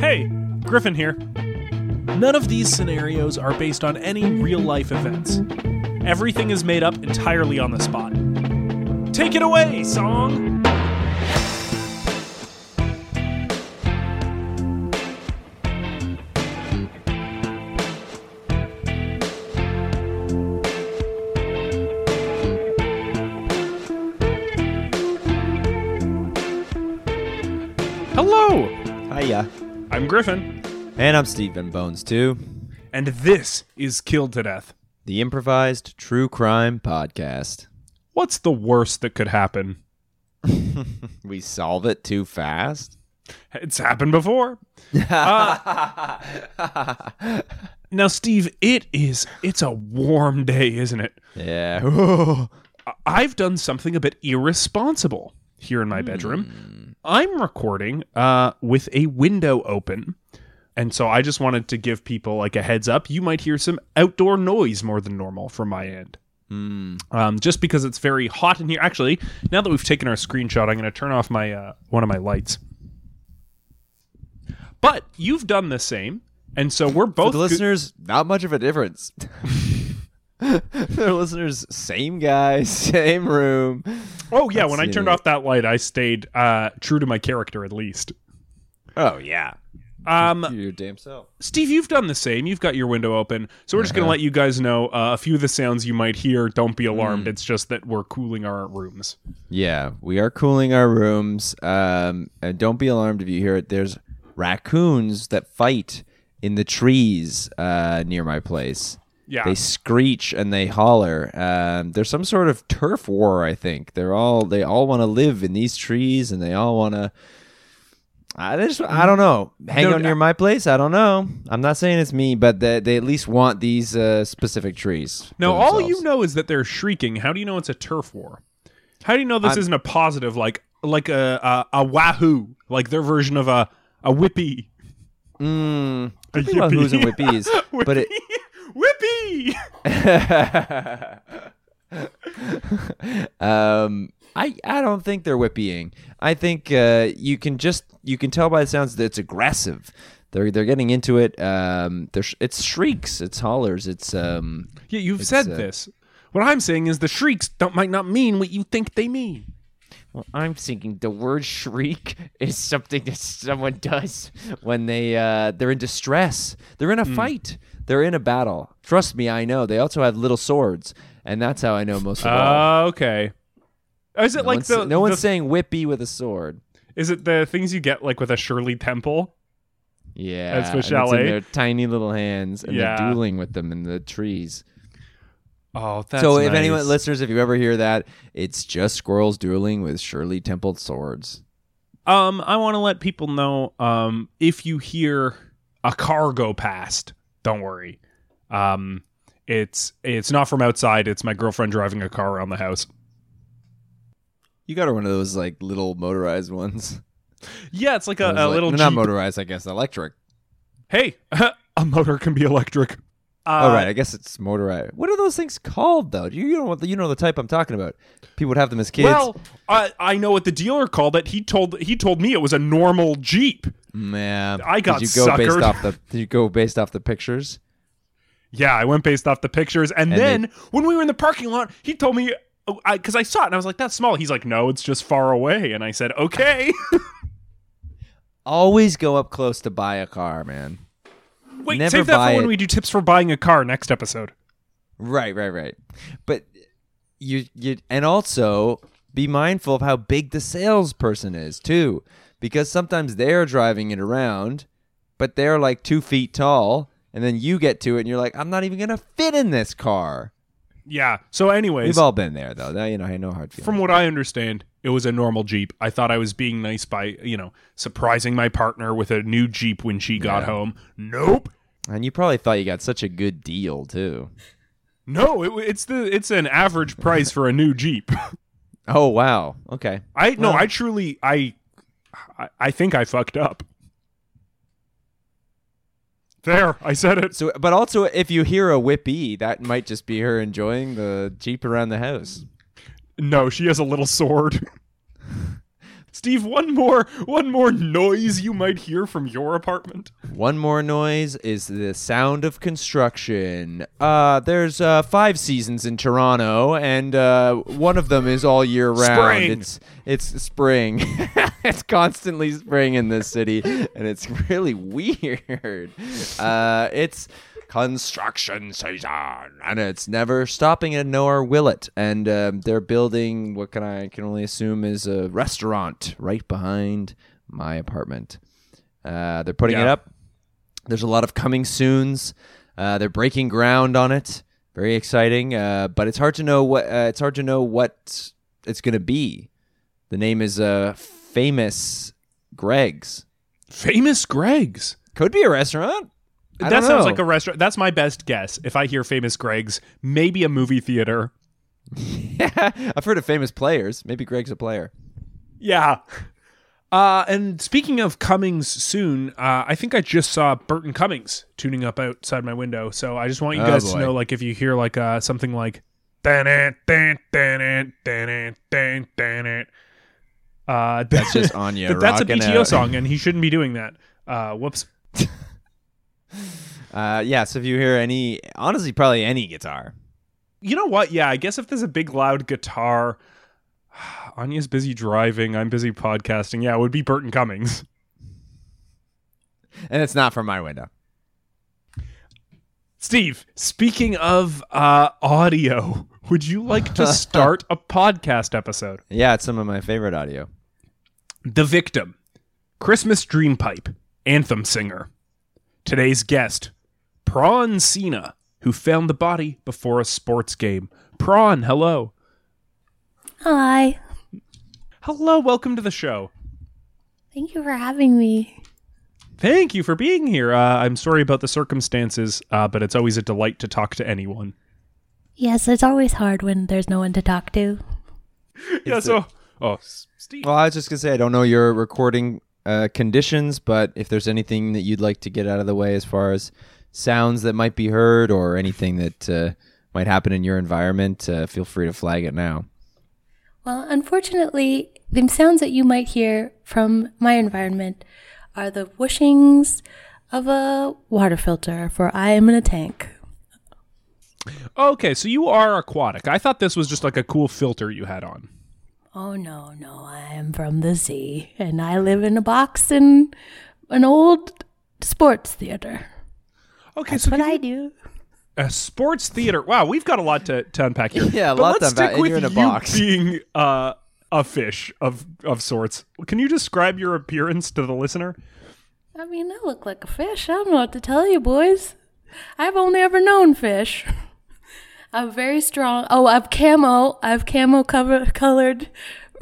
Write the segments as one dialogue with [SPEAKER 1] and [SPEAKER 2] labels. [SPEAKER 1] Hey, Griffin here. None of these scenarios are based on any real life events. Everything is made up entirely on the spot. Take it away, song! Hello!
[SPEAKER 2] Hiya.
[SPEAKER 1] I'm Griffin,
[SPEAKER 2] And I'm Stephen Bones too.
[SPEAKER 1] and this is Killed to Death.
[SPEAKER 2] the improvised true crime podcast.
[SPEAKER 1] What's the worst that could happen?
[SPEAKER 2] We solve it too fast.
[SPEAKER 1] It's happened before. Uh, now, Steve, it is it's a warm day, isn't it?
[SPEAKER 2] Yeah.
[SPEAKER 1] I- I've done something a bit irresponsible here in my bedroom. I'm recording uh, with a window open. And so I just wanted to give people like a heads up. You might hear some outdoor noise more than normal from my end.
[SPEAKER 2] Hmm.
[SPEAKER 1] Um, just because it's very hot in here. Actually, now that we've taken our screenshot, I'm going to turn off my uh, one of my lights. But you've done the same, and so we're
[SPEAKER 2] For
[SPEAKER 1] both
[SPEAKER 2] the
[SPEAKER 1] go-
[SPEAKER 2] listeners, not much of a difference. the listeners, same guy, same room.
[SPEAKER 1] oh yeah, when I
[SPEAKER 2] see.
[SPEAKER 1] turned off that light, I stayed uh, true to my character at least.
[SPEAKER 2] Oh yeah.
[SPEAKER 1] Um,
[SPEAKER 2] Your damn self.
[SPEAKER 1] Steve, you've done the same. You've got your window open. So we're just
[SPEAKER 2] Uh-huh.
[SPEAKER 1] going to let you guys know uh, a few of the sounds you might hear. Don't be
[SPEAKER 2] Hmm.
[SPEAKER 1] alarmed. It's just that we're cooling our rooms.
[SPEAKER 2] Yeah, we are cooling our rooms. Um, and don't be alarmed if you hear it. There's raccoons that fight in the trees uh, near my place.
[SPEAKER 1] Yeah.
[SPEAKER 2] they screech and they holler. Um, there's some sort of turf war. I think they're all they all want to live in these trees and they all want to. I just I don't know. Hang
[SPEAKER 1] No,
[SPEAKER 2] out near my place. I don't know. I'm not saying it's me, but they, they at least want these uh, specific trees. for
[SPEAKER 1] Now, all you
[SPEAKER 2] themselves.
[SPEAKER 1] know is that they're shrieking. How do you know it's a turf war? How do you know this isn't a positive, like like a, a a wahoo, like their version of a a whippy?
[SPEAKER 2] Mm,
[SPEAKER 1] A
[SPEAKER 2] I think about who's and
[SPEAKER 1] yippee.
[SPEAKER 2] whippies, but it,
[SPEAKER 1] whippy.
[SPEAKER 2] um, I I don't think they're whippying. I think uh, you can just you can tell by the sounds that it's aggressive. They're they're getting into it. Um, they're, sh- it's shrieks, it's hollers, it's um.
[SPEAKER 1] Yeah, you've said
[SPEAKER 2] uh,
[SPEAKER 1] this. What I'm saying is the shrieks don't might not mean what you think they mean.
[SPEAKER 2] Well, I'm thinking the word shriek is something that someone does when they uh, they're in distress. They're in a fight. They're in a battle. Trust me, I know. They also have little swords, and that's how I know most of all.
[SPEAKER 1] Ah, okay. Is it
[SPEAKER 2] No
[SPEAKER 1] Uh, like
[SPEAKER 2] one's,
[SPEAKER 1] the
[SPEAKER 2] no one's
[SPEAKER 1] the-
[SPEAKER 2] saying whippy with a sword.
[SPEAKER 1] Is it the things you get like with a Shirley Temple?
[SPEAKER 2] Yeah,
[SPEAKER 1] That's
[SPEAKER 2] and It's
[SPEAKER 1] Michele.
[SPEAKER 2] in their tiny little hands, and
[SPEAKER 1] Yeah.
[SPEAKER 2] they're dueling with them in the trees.
[SPEAKER 1] Oh, that's
[SPEAKER 2] so, if anyone listeners, if you ever hear that, it's just squirrels dueling with Shirley Temple swords.
[SPEAKER 1] um, I want to let people know um if you hear a car go past, don't worry. Um, it's it's not from outside. It's my girlfriend driving a car around the house.
[SPEAKER 2] You got her one of those like little motorized ones.
[SPEAKER 1] Yeah, it's like a,
[SPEAKER 2] Those,
[SPEAKER 1] a
[SPEAKER 2] like-
[SPEAKER 1] little
[SPEAKER 2] no, not
[SPEAKER 1] Jeep.
[SPEAKER 2] motorized, I guess electric.
[SPEAKER 1] Hey, a motor can be electric. Uh,
[SPEAKER 2] All right, I guess it's motorized. What are those things called though? Do you, you know what you know the type I'm talking about? People would have them as kids.
[SPEAKER 1] Well, I, I know what the dealer called it. He told he told me it was a normal Jeep.
[SPEAKER 2] yeah,
[SPEAKER 1] I got
[SPEAKER 2] did you go
[SPEAKER 1] suckered.
[SPEAKER 2] based off the did you go based off the pictures?
[SPEAKER 1] Yeah, I went based off the pictures. And,
[SPEAKER 2] And
[SPEAKER 1] then when we were in the parking lot, he told me, because I, saw it and I was like, that's small. He's like, no, it's just far away. And I said, okay.
[SPEAKER 2] Always go up close to buy a car, man.
[SPEAKER 1] Wait,
[SPEAKER 2] Never
[SPEAKER 1] save that
[SPEAKER 2] buy
[SPEAKER 1] for when
[SPEAKER 2] it.
[SPEAKER 1] we do tips for buying a car next episode.
[SPEAKER 2] Right, right, right. But you you and also be mindful of how big the salesperson is too, because sometimes they're driving it around, but they're like two feet tall, and then you get to it and you're like, I'm not even gonna fit in this car.
[SPEAKER 1] Yeah. So, anyways,
[SPEAKER 2] We've all been there though. Now you know I know hard feelings.
[SPEAKER 1] from what I understand, it was a normal Jeep. I thought I was being nice by, you know, surprising my partner with a new Jeep when she got home. Nope.
[SPEAKER 2] and you probably thought you got such a good deal too.
[SPEAKER 1] No, it, it's the it's an average price for a new Jeep.
[SPEAKER 2] Oh wow. Okay.
[SPEAKER 1] I no, I truly I, I I think I fucked up. There, I said it.
[SPEAKER 2] So, but also if you hear a whippy, that might just be her enjoying the jeep around the house.
[SPEAKER 1] No, she has a little sword. Steve, one more one more noise you might hear from your apartment.
[SPEAKER 2] One more noise is the sound of construction. Uh, there's uh, five seasons in Toronto, and uh, one of them is all year round.
[SPEAKER 1] Spring.
[SPEAKER 2] It's it's spring. it's constantly spring in this city, and it's really weird. Uh, it's construction season, and it's never stopping, and nor will it. And um, they're building what can I can only assume is a restaurant right behind my apartment. Uh, they're putting it
[SPEAKER 1] Yeah.
[SPEAKER 2] up. There's a lot of coming soon's. Uh, they're breaking ground on it. Very exciting. Uh, but it's hard to know what uh, it's hard to know what it's going to be. The name is uh, famous Greg's.
[SPEAKER 1] Famous Greg's.
[SPEAKER 2] Could be a restaurant. I
[SPEAKER 1] that
[SPEAKER 2] don't
[SPEAKER 1] sounds
[SPEAKER 2] know.
[SPEAKER 1] like a restaurant. That's my best guess. If I hear Famous Greg's, maybe a movie theater.
[SPEAKER 2] I've heard of famous players. Maybe Greg's a player.
[SPEAKER 1] Yeah. Uh, and speaking of Cummings soon, uh, I think I just saw Burton Cummings tuning up outside my window. So I just want you
[SPEAKER 2] Oh,
[SPEAKER 1] guys
[SPEAKER 2] boy.
[SPEAKER 1] to know, like, if you hear like uh, something like "Dun-dun, dun, dun-dun, dun-dun, dun, dun-dun," uh, that's
[SPEAKER 2] Just on you.
[SPEAKER 1] that's a
[SPEAKER 2] rocking
[SPEAKER 1] BTO
[SPEAKER 2] out.
[SPEAKER 1] song, and he shouldn't be doing that. Uh, whoops.
[SPEAKER 2] Uh, yeah. So if you hear any, honestly, probably any guitar.
[SPEAKER 1] You know what? Yeah, I guess if there's a big loud guitar, Anya's busy driving. I'm busy podcasting. Yeah, it would be Burton Cummings.
[SPEAKER 2] And it's not from my window.
[SPEAKER 1] Steve, speaking of uh, audio, would you like to start a podcast episode?
[SPEAKER 2] Yeah, it's some of my favorite audio.
[SPEAKER 1] The Victim, Christmas Dream Pipe, Anthem Singer. Today's guest, Prawn Cena, who found the body before a sports game. Prawn, hello.
[SPEAKER 3] Hi.
[SPEAKER 1] Hello, welcome to the show.
[SPEAKER 3] Thank you for having me.
[SPEAKER 1] Thank you for being here. Uh, I'm sorry about the circumstances, uh, but it's always a delight to talk to anyone.
[SPEAKER 3] Yes, it's always hard when there's no one to talk to.
[SPEAKER 1] yeah, so. Oh, Steve.
[SPEAKER 2] Well, I was just gonna say I don't know your recording uh, conditions, but if there's anything that you'd like to get out of the way as far as sounds that might be heard or anything that uh, might happen in your environment, uh, feel free to flag it now.
[SPEAKER 3] Well, unfortunately, the sounds that you might hear from my environment are the whooshings of a water filter, for I am in a tank.
[SPEAKER 1] Okay, so you are aquatic. I thought this was just like a cool filter you had on.
[SPEAKER 3] Oh no, no, I am from the sea, and I live in a box in an old sports theater.
[SPEAKER 1] Okay,
[SPEAKER 3] That's
[SPEAKER 1] so
[SPEAKER 3] what
[SPEAKER 1] can
[SPEAKER 3] I
[SPEAKER 1] you-
[SPEAKER 3] do.
[SPEAKER 1] a sports theater. Wow, we've got a lot to, to unpack here.
[SPEAKER 2] Yeah, a
[SPEAKER 1] But
[SPEAKER 2] lot
[SPEAKER 1] let's
[SPEAKER 2] to unpack,
[SPEAKER 1] stick
[SPEAKER 2] and
[SPEAKER 1] with
[SPEAKER 2] you're in a
[SPEAKER 1] you
[SPEAKER 2] box.
[SPEAKER 1] being uh, a fish of of sorts. Can you describe your appearance to the listener?
[SPEAKER 3] I mean, I look like a fish. I don't know what to tell you, boys. I've only ever known fish. I'm very strong. Oh, I've camo. I've camo cover- colored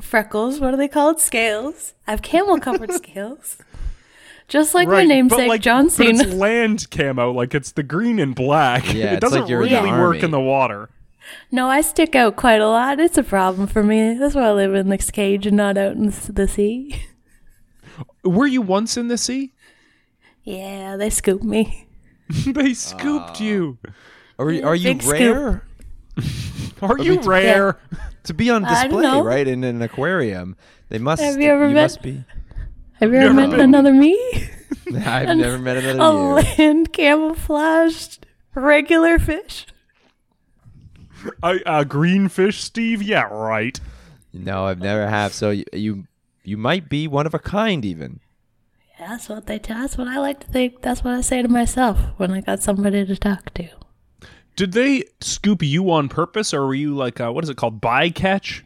[SPEAKER 3] freckles. What are they called? Scales. I've camel covered scales. Just like my
[SPEAKER 1] but
[SPEAKER 3] namesake
[SPEAKER 1] like,
[SPEAKER 3] John
[SPEAKER 1] but it's
[SPEAKER 3] Cena.
[SPEAKER 1] land camo, like it's the green and black.
[SPEAKER 2] Yeah,
[SPEAKER 1] it
[SPEAKER 2] it's like
[SPEAKER 1] doesn't
[SPEAKER 2] you're in
[SPEAKER 1] really
[SPEAKER 2] the
[SPEAKER 1] work
[SPEAKER 2] army.
[SPEAKER 1] in the water.
[SPEAKER 3] no, I stick out quite a lot. It's a problem for me. That's why I live in this cage and not out in s- the sea.
[SPEAKER 1] Were you once in the sea?
[SPEAKER 3] Yeah, they scoop me.
[SPEAKER 1] they
[SPEAKER 2] Ah.
[SPEAKER 1] scooped you.
[SPEAKER 2] Are, you- are you
[SPEAKER 3] Big scoop.
[SPEAKER 2] rare
[SPEAKER 1] Are you rare?
[SPEAKER 2] to be on
[SPEAKER 3] I don't
[SPEAKER 2] display
[SPEAKER 3] know.
[SPEAKER 2] right in an aquarium? They must.
[SPEAKER 3] Have you ever been-
[SPEAKER 2] must be.
[SPEAKER 3] Have you ever met another me?
[SPEAKER 2] I've never met another
[SPEAKER 3] a
[SPEAKER 2] you.
[SPEAKER 3] land camouflaged regular fish.
[SPEAKER 1] A, a green fish, Steve? Yeah, right.
[SPEAKER 2] No, I've never have. So you, you you might be one of a kind even.
[SPEAKER 3] That's what they. That's what I like to think. That's what I say to myself when I got somebody to talk to.
[SPEAKER 1] Did they scoop you on purpose, or were you like uh, what is it called bycatch?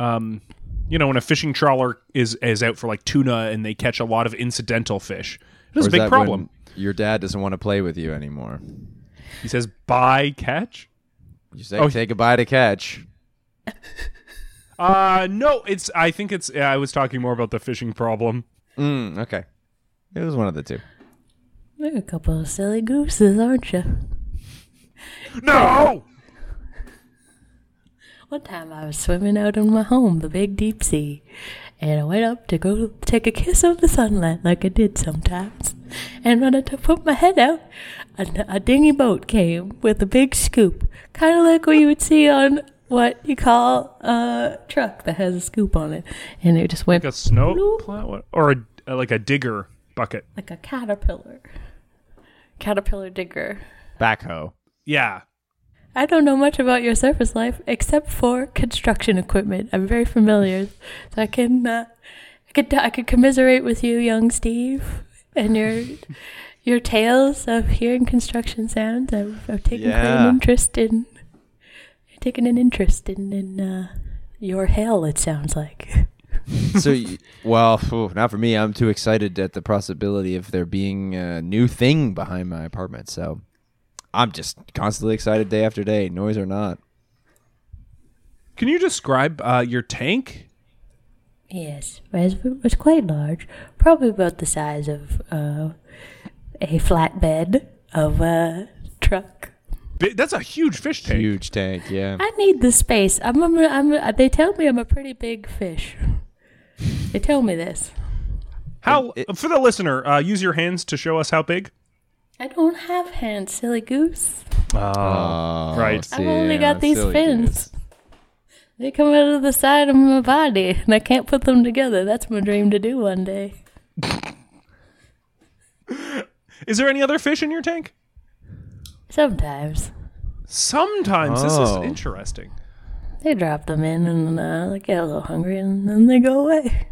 [SPEAKER 1] Um, you know, when a fishing trawler is is out for like tuna and they catch a lot of incidental fish, it is a
[SPEAKER 2] Or is
[SPEAKER 1] big
[SPEAKER 2] that
[SPEAKER 1] problem.
[SPEAKER 2] when Your dad doesn't want to play with you anymore.
[SPEAKER 1] He says bycatch.
[SPEAKER 2] You say
[SPEAKER 1] Oh,
[SPEAKER 2] say goodbye to catch.
[SPEAKER 1] Uh, no, it's. I think it's. I was talking more about the fishing problem.
[SPEAKER 2] Mm, okay. It was one of the two.
[SPEAKER 3] You're a couple of silly gooses, aren't you?
[SPEAKER 1] No.
[SPEAKER 3] One time I was swimming out in my home, the big deep sea, and I went up to go take a kiss of the sunlight like I did sometimes. And when I t- put my head out, a, a dinghy boat came with a big scoop, kind of like what you would see on what you call a truck that has a scoop on it. And it just went
[SPEAKER 1] Like a snow plow what- or a, uh, like a digger bucket.
[SPEAKER 3] like a caterpillar, caterpillar digger.
[SPEAKER 2] Backhoe.
[SPEAKER 1] Yeah.
[SPEAKER 3] I don't know much about your surface life except for construction equipment. I'm very familiar, so I can uh, I could I could commiserate with you, young Steve, and your your tales of hearing construction sounds. I've, I've taken quite
[SPEAKER 2] Yeah.
[SPEAKER 3] an interest in taken an interest in in uh, your hell. It sounds like
[SPEAKER 2] so, y- well, phew, not for me. I'm too excited at the possibility of there being a new thing behind my apartment. So, I'm just constantly excited day after day, noise or not.
[SPEAKER 1] Can you describe uh, your tank?
[SPEAKER 3] yes, it was quite large, probably about the size of uh, a flatbed of a truck.
[SPEAKER 1] Bi- That's a huge fish tank.
[SPEAKER 2] Huge tank, yeah.
[SPEAKER 3] I need the space. I'm, a, I'm a, they tell me I'm a pretty big fish. They tell me this.
[SPEAKER 1] How
[SPEAKER 2] It-
[SPEAKER 1] for the listener? Uh, use your hands to show us how big.
[SPEAKER 3] I don't have hands, silly goose.
[SPEAKER 2] Oh,
[SPEAKER 1] Right.
[SPEAKER 3] I've only got
[SPEAKER 2] damn,
[SPEAKER 3] these
[SPEAKER 2] silly
[SPEAKER 3] fins.
[SPEAKER 2] goose.
[SPEAKER 3] They come out of the side of my body, and I can't put them together. That's my dream to do one day.
[SPEAKER 1] Is there any other fish in your tank?
[SPEAKER 3] Sometimes
[SPEAKER 1] Sometimes this is
[SPEAKER 2] Oh.
[SPEAKER 1] interesting.
[SPEAKER 3] they drop them in, and uh, I get a little hungry, and then they go away.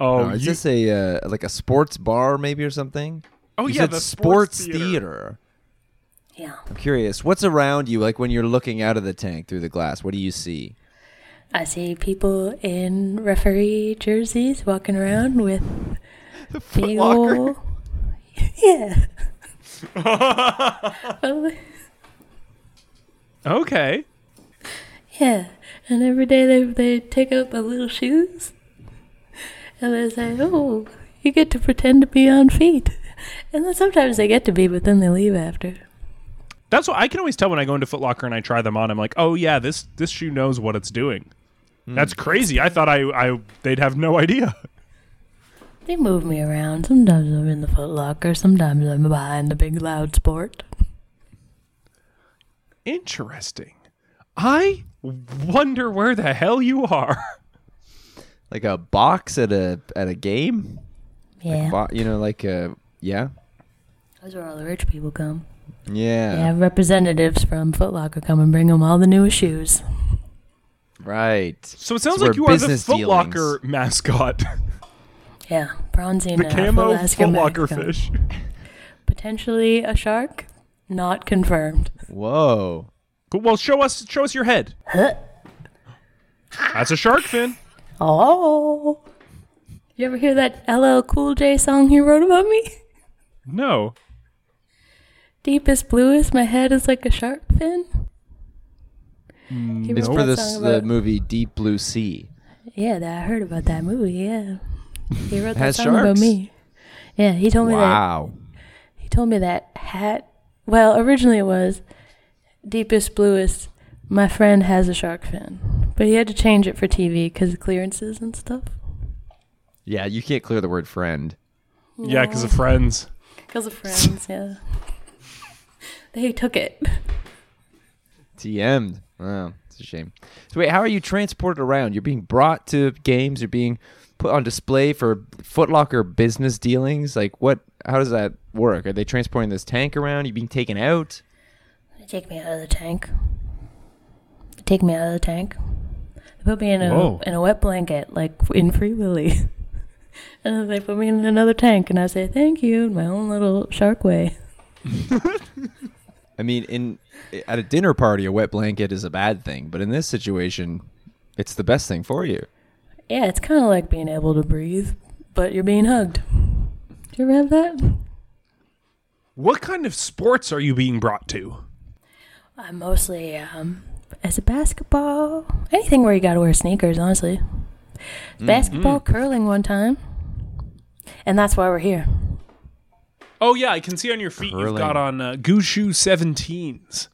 [SPEAKER 1] Oh,
[SPEAKER 2] Oh, is
[SPEAKER 1] you-
[SPEAKER 2] this a uh, like a sports bar maybe or something?
[SPEAKER 1] oh
[SPEAKER 2] you
[SPEAKER 1] yeah,
[SPEAKER 2] said
[SPEAKER 1] the
[SPEAKER 2] sports, theater.
[SPEAKER 3] Yeah.
[SPEAKER 2] I'm curious, what's around you? Like when you're looking out of the tank through the glass, what do you see?
[SPEAKER 3] I see people in referee jerseys walking around with big
[SPEAKER 2] Locker.
[SPEAKER 3] ol' yeah. Well,
[SPEAKER 1] Okay.
[SPEAKER 3] yeah, and every day they they take out the little shoes, and they say, "Oh, you get to pretend to be on feet," and then sometimes they get to be, but then they leave after.
[SPEAKER 1] That's what I can always tell when I go into Foot Locker and I try them on. I'm like, oh yeah, this this shoe knows what it's doing.
[SPEAKER 2] Hmm.
[SPEAKER 1] That's crazy. I thought I, I they'd have no idea.
[SPEAKER 3] They move me around. Sometimes I'm in the Foot Locker. Sometimes I'm behind the big loud sport.
[SPEAKER 1] Interesting. I wonder where the hell you are.
[SPEAKER 2] Like a box at a at a game?
[SPEAKER 3] Yeah,
[SPEAKER 2] Bo- you know, like a yeah.
[SPEAKER 3] that's where all the rich people come.
[SPEAKER 2] Yeah.
[SPEAKER 3] They have representatives from Foot Locker come and bring them all the newest shoes.
[SPEAKER 2] Right.
[SPEAKER 1] So it sounds
[SPEAKER 2] where
[SPEAKER 1] like you are the
[SPEAKER 2] business
[SPEAKER 1] Foot
[SPEAKER 2] dealings-
[SPEAKER 1] Locker mascot,
[SPEAKER 3] Yeah, bronzing
[SPEAKER 1] the
[SPEAKER 3] uh,
[SPEAKER 1] camo
[SPEAKER 3] Alaska
[SPEAKER 1] Foot Locker
[SPEAKER 3] mascot.
[SPEAKER 1] fish.
[SPEAKER 3] Potentially a shark, not confirmed.
[SPEAKER 2] Whoa.
[SPEAKER 1] Cool. Well, show us show us your head. That's a shark fin.
[SPEAKER 3] Oh, you ever hear that LL Cool J song he wrote about me?
[SPEAKER 1] No.
[SPEAKER 3] Deepest bluest, my head is like a shark fin. He
[SPEAKER 2] It's
[SPEAKER 3] wrote
[SPEAKER 2] for
[SPEAKER 3] that
[SPEAKER 2] this
[SPEAKER 3] song
[SPEAKER 2] the
[SPEAKER 3] about-
[SPEAKER 2] movie Deep Blue Sea.
[SPEAKER 3] Yeah, that I heard about that movie. Yeah, he wrote that
[SPEAKER 2] Has
[SPEAKER 3] song about
[SPEAKER 2] sharks.
[SPEAKER 3] me. Yeah, he told me that
[SPEAKER 2] Wow.
[SPEAKER 3] He told me that hat. Well, originally it was deepest bluest. My friend has a shark fin, but he had to change it for TV because of clearances and stuff.
[SPEAKER 2] Yeah, you can't clear the word friend.
[SPEAKER 1] Yeah, because of friends.
[SPEAKER 3] Because of friends, yeah. They took it.
[SPEAKER 2] TM'd. Wow, it's a shame. So wait, how are you transported around? You're being brought to games. You're being put on display for Foot Locker business dealings. Like what? How does that work? Are they transporting this tank around? You being taken out?
[SPEAKER 3] They take me out of the tank. They take me out of the tank. They put me in a
[SPEAKER 1] Whoa.
[SPEAKER 3] in a wet blanket, like in Free Willy. and then they put me in another tank, and I say thank you in my own little shark way.
[SPEAKER 2] I mean, in at a dinner party, a wet blanket is a bad thing, but in this situation, it's the best thing for you.
[SPEAKER 3] Yeah, it's kind of like being able to breathe, but you're being hugged. Do you ever have that?
[SPEAKER 1] What kind of sports are you being brought to?
[SPEAKER 3] I mostly um, as a basketball, anything where you got to wear sneakers, honestly. Basketball, curling one time, and that's why we're here.
[SPEAKER 1] Oh yeah, I can see on your feet you've
[SPEAKER 2] Curling.
[SPEAKER 1] got on uh, Gushu 17s.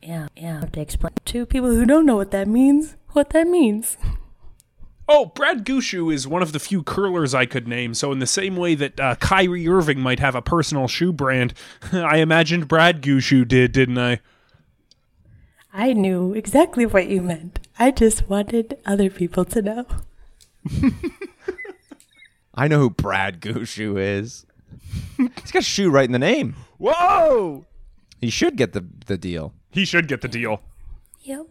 [SPEAKER 3] Yeah, yeah. I have to explain to people who don't know what that means. What that means?
[SPEAKER 1] Oh, Brad Gushu is one of the few curlers I could name. So in the same way that uh, Kyrie Irving might have a personal shoe brand, I imagined Brad Gushu did, didn't I?
[SPEAKER 3] I knew exactly what you meant. I just wanted other people to know.
[SPEAKER 2] I know who Brad Gushu is. He's got shoe right in the name.
[SPEAKER 1] Whoa!
[SPEAKER 2] He should get the, the deal.
[SPEAKER 1] He should get the deal.
[SPEAKER 3] Yep.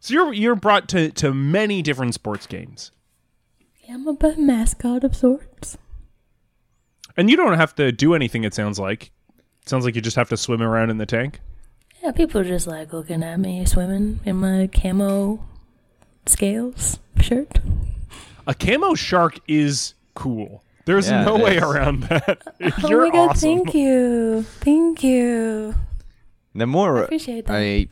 [SPEAKER 1] So you're you're brought to to many different sports games,
[SPEAKER 3] I'm a b- mascot of sorts.
[SPEAKER 1] and you don't have to do anything. It sounds like. Sounds like you just have to swim around in the tank.
[SPEAKER 3] Yeah, people just like looking at me swimming in my camo scales shirt.
[SPEAKER 1] A camo shark is cool. There's
[SPEAKER 2] Yeah,
[SPEAKER 1] no
[SPEAKER 2] it
[SPEAKER 1] way
[SPEAKER 2] is.
[SPEAKER 1] around that.
[SPEAKER 3] oh
[SPEAKER 1] You're
[SPEAKER 3] my god,
[SPEAKER 1] awesome.
[SPEAKER 3] thank you. Thank you.
[SPEAKER 2] The more I,
[SPEAKER 3] appreciate that.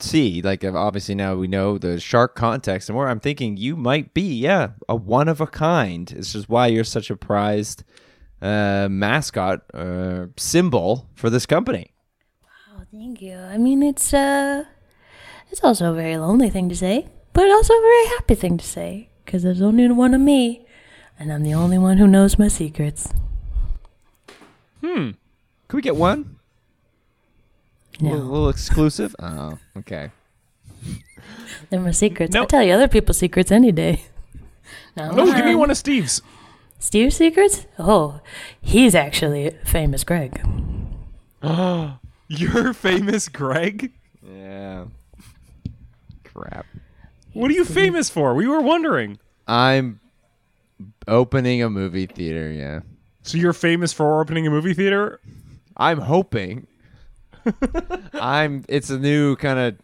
[SPEAKER 2] see, like uh, obviously now we know the shark context, the more I'm thinking you might be, yeah, a one of a kind. It's just why you're such a prized uh, mascot uh, symbol for this company.
[SPEAKER 3] Oh, thank you. I mean, it's uh it's also a very lonely thing to say, but also a very happy thing to say because there's only one of me and I'm the only one who knows my secrets.
[SPEAKER 2] Could we get one? A little,
[SPEAKER 3] No,
[SPEAKER 2] little exclusive? oh, okay.
[SPEAKER 3] they're my secrets.
[SPEAKER 1] No.
[SPEAKER 3] I tell you other people's secrets any day. No,
[SPEAKER 1] No, give me one of Steve's.
[SPEAKER 3] Steve's secrets? Oh, he's actually famous Greg.
[SPEAKER 1] You're famous, Greg.
[SPEAKER 2] Yeah. Crap.
[SPEAKER 1] What are you famous for? We were wondering.
[SPEAKER 2] I'm opening a movie theater, yeah.
[SPEAKER 1] So you're famous for opening a movie theater?
[SPEAKER 2] I'm hoping. I'm it's a new kind of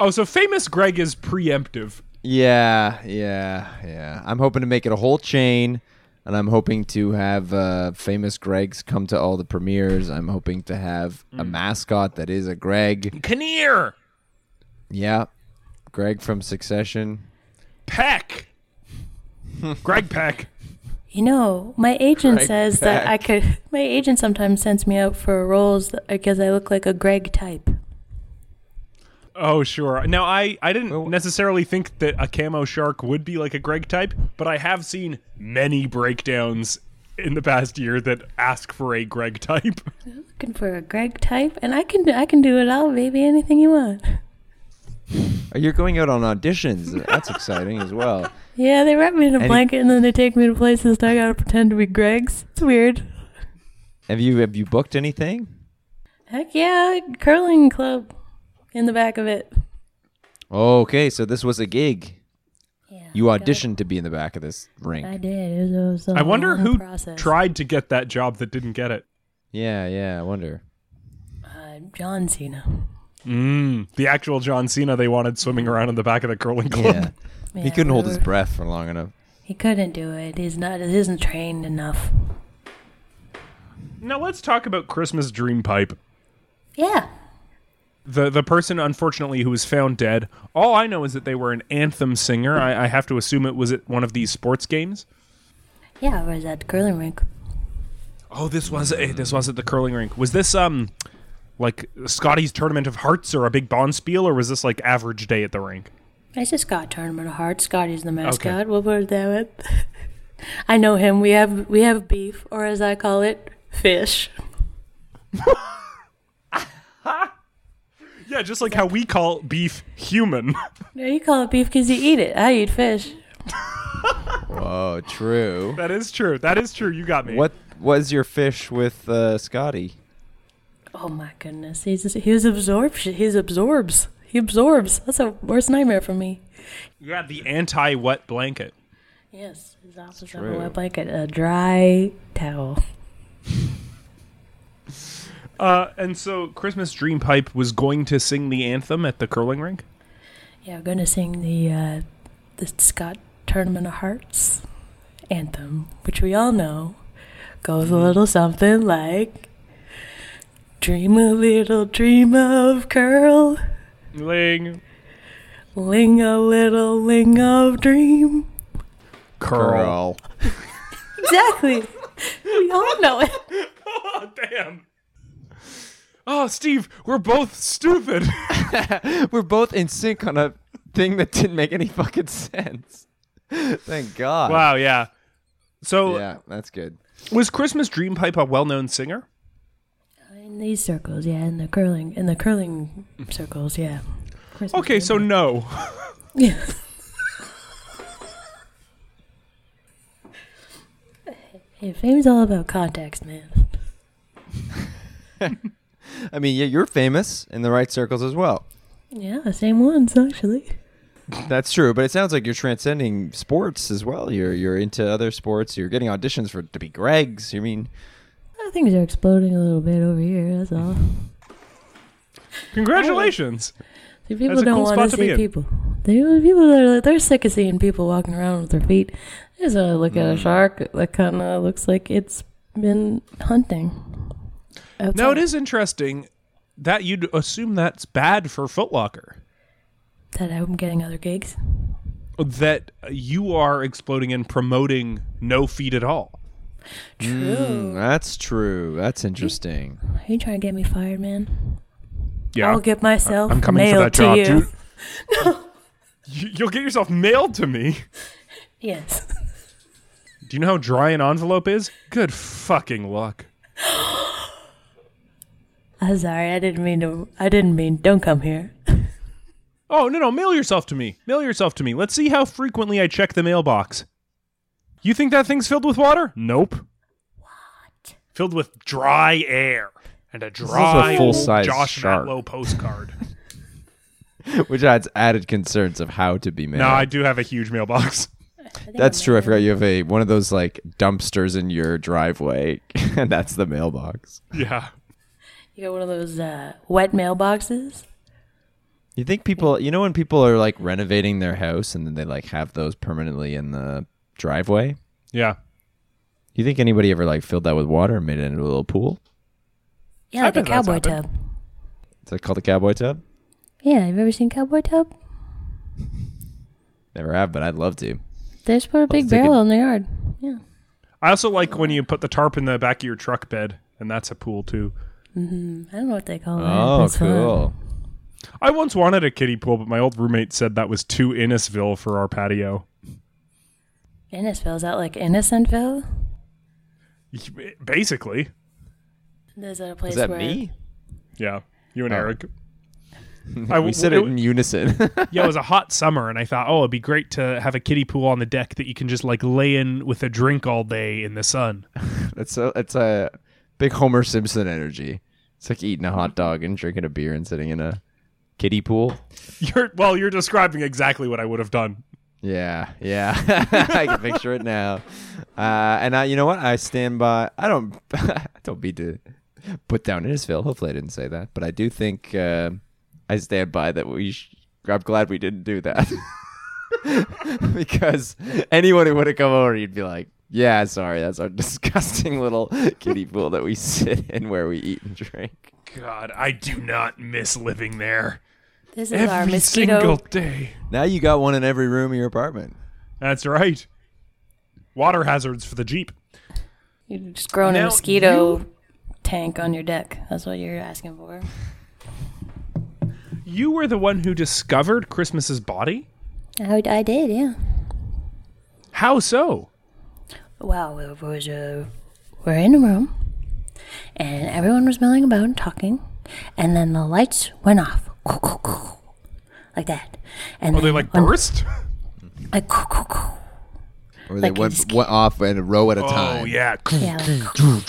[SPEAKER 1] Oh, so famous Greg is preemptive.
[SPEAKER 2] Yeah, yeah, yeah. I'm hoping to make it a whole chain, and I'm hoping to have uh, famous Gregs come to all the premieres. I'm hoping to have a mascot that is a Greg.
[SPEAKER 1] Kinnear,
[SPEAKER 2] Yeah, Greg from Succession.
[SPEAKER 1] Peck, Greg Peck.
[SPEAKER 3] You know, my agent
[SPEAKER 2] Greg
[SPEAKER 3] says that I could. My agent sometimes sends me out for roles th- because I look like a Greg type.
[SPEAKER 1] Oh, sure. Now, I, I didn't
[SPEAKER 2] Well-
[SPEAKER 1] necessarily think that a camo shark would be like a Greg type, but I have seen many breakdowns in the past year that ask for a Greg type.
[SPEAKER 3] Looking for a Greg type, and I can I can do it all, baby. Anything you want.
[SPEAKER 2] Oh, you're going out on auditions. That's exciting as well.
[SPEAKER 3] Yeah, they wrap me in a
[SPEAKER 2] Any-
[SPEAKER 3] blanket and then they take me to places that I gotta pretend to be Greg's. It's weird.
[SPEAKER 2] Have you have you booked anything?
[SPEAKER 3] Heck yeah, curling club in the back of it.
[SPEAKER 2] Okay, so this was a gig.
[SPEAKER 3] Yeah,
[SPEAKER 2] You auditioned to be in the back of this
[SPEAKER 3] I
[SPEAKER 2] rink.
[SPEAKER 3] did. It was, it was a
[SPEAKER 1] I wonder
[SPEAKER 3] long
[SPEAKER 1] who
[SPEAKER 3] process.
[SPEAKER 1] tried to get that job that didn't get it.
[SPEAKER 2] Yeah, yeah. I wonder.
[SPEAKER 3] Uh, John Cena.
[SPEAKER 1] Mm, the actual John Cena they wanted swimming around in the back of the curling club.
[SPEAKER 2] Yeah, he
[SPEAKER 3] Yeah,
[SPEAKER 2] couldn't
[SPEAKER 3] we
[SPEAKER 2] hold his
[SPEAKER 3] were-
[SPEAKER 2] breath for long enough.
[SPEAKER 3] He couldn't do it. He's not. He isn't trained enough.
[SPEAKER 1] Now let's talk about Christmas Dream Pipe.
[SPEAKER 3] Yeah.
[SPEAKER 1] the the person unfortunately who was found dead all i know is that they were an anthem singer i, I have to assume it was at one of these sports games
[SPEAKER 3] Yeah, or is that the curling rink?
[SPEAKER 1] oh this was eh, this was at the curling rink was this um like scotty's tournament of hearts or a big bonspiel or was this like average day at the rink
[SPEAKER 3] It's a Scott tournament of hearts. Scotty's the mascot. We'll put it that way. I know him. We have we have beef, or as I call it, fish.
[SPEAKER 1] yeah just like how we call beef human
[SPEAKER 3] No, you call it beef because you eat it. I eat fish.
[SPEAKER 2] Whoa, Oh, true.
[SPEAKER 1] that is true that is true you got me
[SPEAKER 2] What was your fish with uh, Scotty?
[SPEAKER 3] Oh my goodness, he's he's absorption. He's absorbs. He absorbs. That's a worst nightmare for me.
[SPEAKER 1] you got the anti wet blanket
[SPEAKER 3] Yes, his opposite
[SPEAKER 2] true.
[SPEAKER 3] of a wet blanket, a dry towel.
[SPEAKER 1] uh, and so christmas dream pipe was going to sing the anthem at the curling rink
[SPEAKER 3] Yeah, we're gonna sing the uh, the Scott Tournament of Hearts anthem, which we all know goes a little something like Dream a little dream of curl.
[SPEAKER 1] Ling.
[SPEAKER 3] Ling a little ling of dream.
[SPEAKER 1] Curl.
[SPEAKER 3] Exactly. we all know it.
[SPEAKER 1] Oh, damn. Oh, Steve, we're both stupid.
[SPEAKER 2] We're both in sync on a thing that didn't make any fucking sense. Thank God.
[SPEAKER 1] wow, yeah. So,
[SPEAKER 2] Yeah, that's good.
[SPEAKER 1] was Christmas Dream Pipe a well-known singer?
[SPEAKER 3] In these circles, yeah, in the curling in the curling circles, yeah. Christmas
[SPEAKER 1] Okay, so no.
[SPEAKER 3] Yeah. hey, fame's all about context, man.
[SPEAKER 2] I mean, yeah, you're famous in the right circles as well.
[SPEAKER 3] Yeah, same ones actually.
[SPEAKER 2] That's true, but it sounds like you're transcending sports as well. You're you're into other sports. You're getting auditions for to be Greg's. You mean
[SPEAKER 3] Uh, Things are exploding a little bit over here. That's all.
[SPEAKER 1] Congratulations.
[SPEAKER 3] See, people
[SPEAKER 1] That's a
[SPEAKER 3] don't
[SPEAKER 1] cool spot
[SPEAKER 3] want
[SPEAKER 1] to
[SPEAKER 3] to
[SPEAKER 1] be
[SPEAKER 3] see
[SPEAKER 1] in.
[SPEAKER 3] people. They, people are they're sick of seeing people walking around with their feet. They just want to look at a shark that kind of looks like it's been hunting.
[SPEAKER 1] Now
[SPEAKER 3] outside.
[SPEAKER 1] it is interesting that you'd assume that's bad for Foot Locker.
[SPEAKER 3] that I'm getting other gigs.
[SPEAKER 1] That you are exploding and promoting no feet at all.
[SPEAKER 3] True.
[SPEAKER 2] that's true. That's interesting.
[SPEAKER 3] Are you trying to get me fired, man?
[SPEAKER 1] Yeah.
[SPEAKER 3] I'll get myself
[SPEAKER 1] I'm coming for
[SPEAKER 3] nailed
[SPEAKER 1] that job,
[SPEAKER 3] to you.
[SPEAKER 1] dude. You- You'll get yourself mailed to me.
[SPEAKER 3] Yes.
[SPEAKER 1] Do you know how dry an envelope is? Good fucking luck.
[SPEAKER 3] I'm sorry. I didn't mean to. I didn't mean. Don't come here.
[SPEAKER 1] Oh, no, no, mail yourself to me. Mail yourself to me. Let's see how frequently I check the mailbox. You think that thing's filled with water? Nope. What? Filled with dry air and a
[SPEAKER 2] is a
[SPEAKER 1] dry old
[SPEAKER 2] full-size
[SPEAKER 1] Josh
[SPEAKER 2] shark.
[SPEAKER 1] Matlow postcard.
[SPEAKER 2] Which adds added concerns of how to be made.
[SPEAKER 1] no, I do have a huge mailbox.
[SPEAKER 2] that's true. I forgot you have a one of those like dumpsters in your driveway, and that's the mailbox.
[SPEAKER 1] Yeah.
[SPEAKER 3] You got one of those uh, wet mailboxes.
[SPEAKER 2] You think people, you know, when people are like renovating their house and then they like have those permanently in the driveway.
[SPEAKER 1] Yeah.
[SPEAKER 2] You think anybody ever like filled that with water and made it into a little pool?
[SPEAKER 3] Yeah, like a
[SPEAKER 1] bet that's
[SPEAKER 3] cowboy
[SPEAKER 1] happened.
[SPEAKER 3] tub.
[SPEAKER 2] Is that called a cowboy tub?
[SPEAKER 3] Yeah, have you ever seen cowboy tub?
[SPEAKER 2] Never have, but I'd love to.
[SPEAKER 3] They just put a big
[SPEAKER 2] thinking-
[SPEAKER 3] barrel in the yard. Yeah.
[SPEAKER 1] I also like when you put the tarp in the back of your truck bed, and that's a pool too.
[SPEAKER 3] I don't know what they call it.
[SPEAKER 2] Oh,
[SPEAKER 3] That's fun.
[SPEAKER 2] cool.
[SPEAKER 1] I once wanted a kiddie pool, but my old roommate said that was too Innisville for our patio.
[SPEAKER 3] Innisville is that like Innocentville?
[SPEAKER 1] Basically.
[SPEAKER 3] Is that a place
[SPEAKER 2] Is that
[SPEAKER 3] where
[SPEAKER 2] me?
[SPEAKER 1] Yeah. You and
[SPEAKER 2] Oh.
[SPEAKER 1] Eric. I,
[SPEAKER 2] We said it in unison.
[SPEAKER 1] yeah, it was a hot summer, and I thought, oh, it'd be great to have a kiddie pool on the deck that you can just like lay in with a drink all day in the sun.
[SPEAKER 2] that's a it's a big Homer Simpson energy. It's like eating a hot dog and drinking a beer and sitting in a kiddie pool.
[SPEAKER 1] You're well, you're describing exactly what I would have done.
[SPEAKER 2] Yeah, yeah. I can picture it now. Uh, and I, you know what? I stand by. I don't. I don't mean to put down Innisfil. Hopefully, I didn't say that. But I do think uh, I stand by that. We. Sh- I'm glad we didn't do that because anyone who would have come over, you'd be like, "Yeah, sorry, that's our disgusting little kiddie pool that we sit in where we eat and drink."
[SPEAKER 1] God, I do not miss living there
[SPEAKER 3] This is our
[SPEAKER 1] every
[SPEAKER 3] mosquito.
[SPEAKER 1] single day.
[SPEAKER 2] Now you got one in every room of your apartment.
[SPEAKER 1] That's right. Water hazards for the Jeep.
[SPEAKER 3] You're just growing a
[SPEAKER 1] Now,
[SPEAKER 3] mosquito tank on your deck. That's what you're asking for.
[SPEAKER 1] You were the one who discovered Christmas's body?
[SPEAKER 3] I, I did, yeah.
[SPEAKER 1] How so?
[SPEAKER 3] Well, it was a, we're in a room, and everyone was milling about and talking, and then the lights went off, like that. And
[SPEAKER 1] Oh, they
[SPEAKER 3] then
[SPEAKER 1] like
[SPEAKER 2] Um,
[SPEAKER 3] when-
[SPEAKER 1] burst?
[SPEAKER 3] like
[SPEAKER 2] Or they
[SPEAKER 3] Like
[SPEAKER 2] went,
[SPEAKER 3] it's-
[SPEAKER 2] went off in a row at a
[SPEAKER 1] Oh,
[SPEAKER 2] time.
[SPEAKER 1] yeah.
[SPEAKER 3] yeah, like,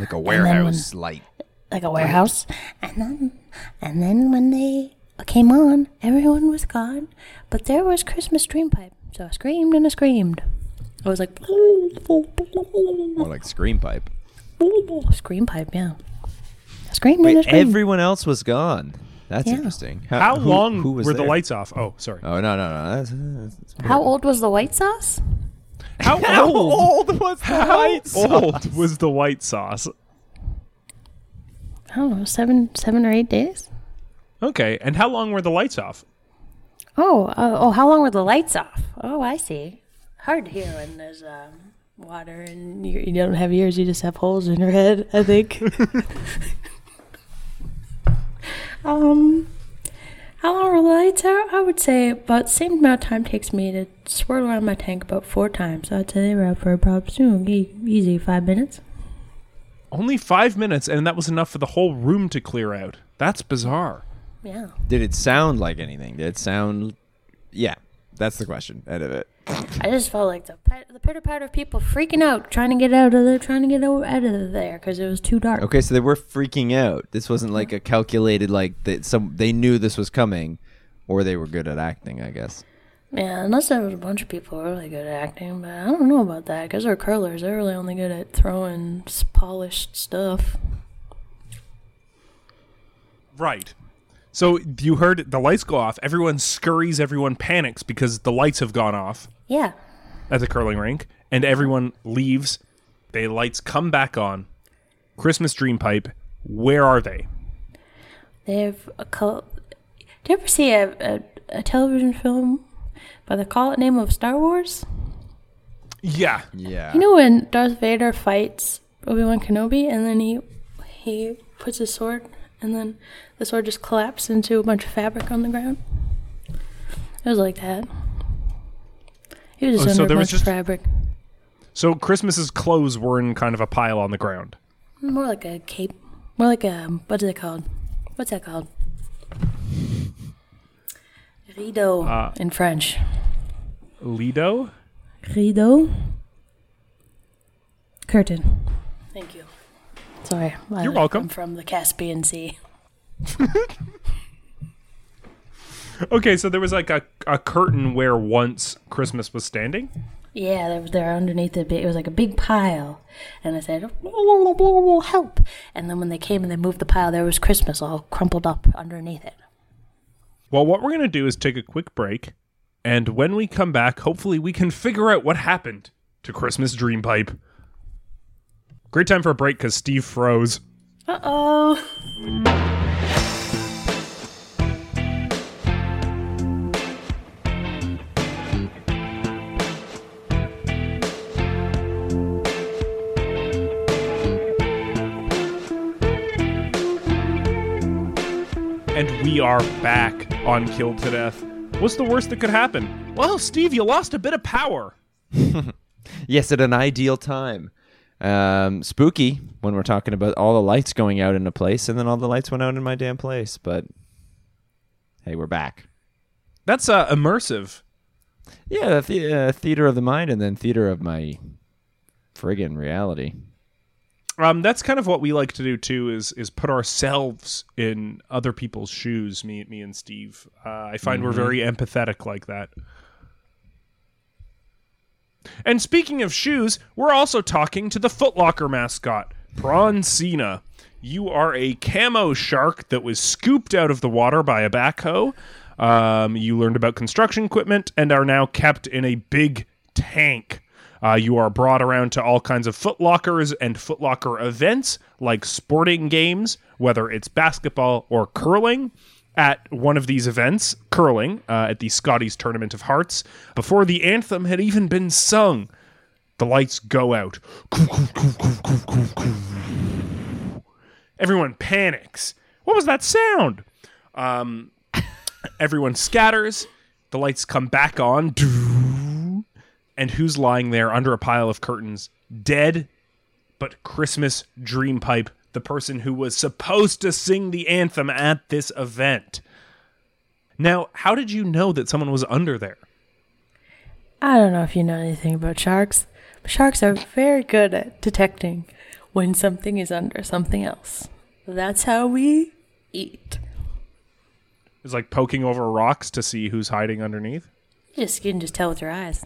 [SPEAKER 2] Like a
[SPEAKER 3] And then when-
[SPEAKER 2] warehouse light.
[SPEAKER 3] like a warehouse. And then, and then when they came on, everyone was gone, but there was Christmas dream pipe. So I screamed and I screamed. I was like,
[SPEAKER 2] More like scream pipe.
[SPEAKER 3] scream pipe, yeah. I screamed and I
[SPEAKER 2] Wait,
[SPEAKER 3] screamed.
[SPEAKER 2] everyone else was gone. That's
[SPEAKER 3] Yeah.
[SPEAKER 2] interesting.
[SPEAKER 1] How
[SPEAKER 2] who-
[SPEAKER 1] long
[SPEAKER 2] who was
[SPEAKER 1] were the
[SPEAKER 2] there?
[SPEAKER 1] lights off? Oh, sorry.
[SPEAKER 2] Oh no no no! That's, that's,
[SPEAKER 3] How old was the white sauce?
[SPEAKER 1] How old?
[SPEAKER 2] was the
[SPEAKER 1] How old was the white sauce?
[SPEAKER 3] I don't know, seven, seven or eight days.
[SPEAKER 1] Okay. And how long were the lights off?
[SPEAKER 3] Oh, uh, oh, how long were the lights off? Oh, I see. Hard to hear when there's um, water and you, you don't have ears, you just have holes in your head, I think. um, how long were the lights out? I would say about the same amount of time takes me to swirl around my tank about four times. So I'd say they were out for about soon, e- easy five minutes.
[SPEAKER 1] Only five minutes, and that was enough for the whole room to clear out. That's bizarre.
[SPEAKER 3] Yeah.
[SPEAKER 2] Did it sound like anything? Did it sound? Yeah, that's the question. End of it.
[SPEAKER 3] I just felt like the, pat- the pitter patter of people freaking out, trying to get out of there, trying to get o- out of there because it was too dark.
[SPEAKER 2] Okay, so they were freaking out. This wasn't like a calculated like that. Some they knew this was coming, or they were good at acting, I guess.
[SPEAKER 3] Yeah, unless there was a bunch of people who were really good at acting, but I don't know about that because they're curlers. They're really only good at throwing s- polished stuff.
[SPEAKER 1] Right. So you heard the lights go off. Everyone scurries. Everyone panics because the lights have gone off
[SPEAKER 3] Yeah.
[SPEAKER 1] at the curling rink, and everyone leaves. The lights come back on. Christmas dream pipe. Where are they?
[SPEAKER 3] They've a col- Do you ever see a, a, a television film by the call it name of Star Wars?
[SPEAKER 1] Yeah.
[SPEAKER 2] Yeah.
[SPEAKER 3] You know when Darth Vader fights Obi Wan Kenobi and then he he puts his sword and then the sword just collapsed into a bunch of fabric on the ground. It was like that. It was just
[SPEAKER 1] Oh, so
[SPEAKER 3] under
[SPEAKER 1] there
[SPEAKER 3] a
[SPEAKER 1] was
[SPEAKER 3] bunch
[SPEAKER 1] just-
[SPEAKER 3] of fabric.
[SPEAKER 1] So Christmas's clothes were in kind of a pile on the ground.
[SPEAKER 3] More like a cape. More like a what's it called? What's that called? Rideau
[SPEAKER 1] Uh.
[SPEAKER 3] in French.
[SPEAKER 1] Lido?
[SPEAKER 3] Rideau. Curtain. Thank you. Sorry. I-
[SPEAKER 1] You're welcome.
[SPEAKER 3] I'm from the Caspian Sea.
[SPEAKER 1] Okay, so there was like a, a curtain where once Christmas was standing.
[SPEAKER 3] Yeah, there was there underneath the big, it was like a big pile, and I said, "Whoa, whoa, whoa, whoa, whoa, "Help!" And then when they came and they moved the pile, there was Christmas all crumpled up underneath it.
[SPEAKER 1] Well, what we're going to do is take a quick break. And when we come back, hopefully we can figure out what happened to Christmas Dream Pipe. Great time for a break because Steve froze.
[SPEAKER 3] Uh oh.
[SPEAKER 1] And we are back on Kill to Death. What's the worst that could happen? Well, Steve, you lost a bit of power.
[SPEAKER 2] Yes, at an ideal time. Um, spooky when we're talking about all the lights going out in a place, and then all the lights went out in my damn place. But hey, we're back.
[SPEAKER 1] That's uh, immersive.
[SPEAKER 2] Yeah, the, uh, theater of the mind, and then theater of my friggin' reality.
[SPEAKER 1] Um, that's kind of what we like to do too. Is is put ourselves in other people's shoes. Me, me and Steve. Uh, I find we're very empathetic like that. And speaking of shoes, we're also talking to the Footlocker mascot, Prawn Cena. You are a camo shark that was scooped out of the water by a backhoe. Um, you learned about construction equipment and are now kept in a big tank. Uh, you are brought around to all kinds of footlockers and footlocker events like sporting games, whether it's basketball or curling at one of these events, curling, uh, at the Scotties Tournament of Hearts, before the anthem had even been sung. The lights go out. Everyone panics. What was that sound? Um, everyone scatters. The lights come back on. And who's lying there under a pile of curtains? Dead, but Christmas Dream Pipe, the person who was supposed to sing the anthem at this event. Now, how did you know that someone was under there?
[SPEAKER 3] I don't know if you know anything about sharks, but sharks are very good at detecting when something is under something else. That's how we eat.
[SPEAKER 1] It's like poking over rocks to see who's hiding underneath.
[SPEAKER 3] You just you can just tell with your eyes.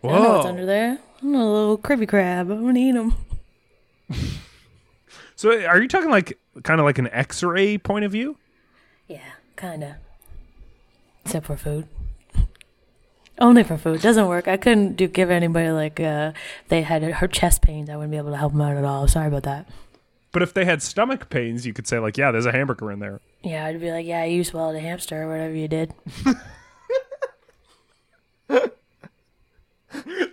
[SPEAKER 1] Whoa.
[SPEAKER 3] I know what's under there. I'm a little cribby crab. I'm gonna eat 'em.
[SPEAKER 1] So are you talking like kind of like an x-ray point of view?
[SPEAKER 3] Yeah, kinda. Except for food. Only for food. Doesn't work. I couldn't do give anybody like uh, they had her chest pains. I wouldn't be able to help them out at all. Sorry about that.
[SPEAKER 1] But if they had stomach pains, you could say like, yeah, there's a hamburger in there.
[SPEAKER 3] Yeah, I'd be like, yeah, you swallowed a hamster or whatever you did.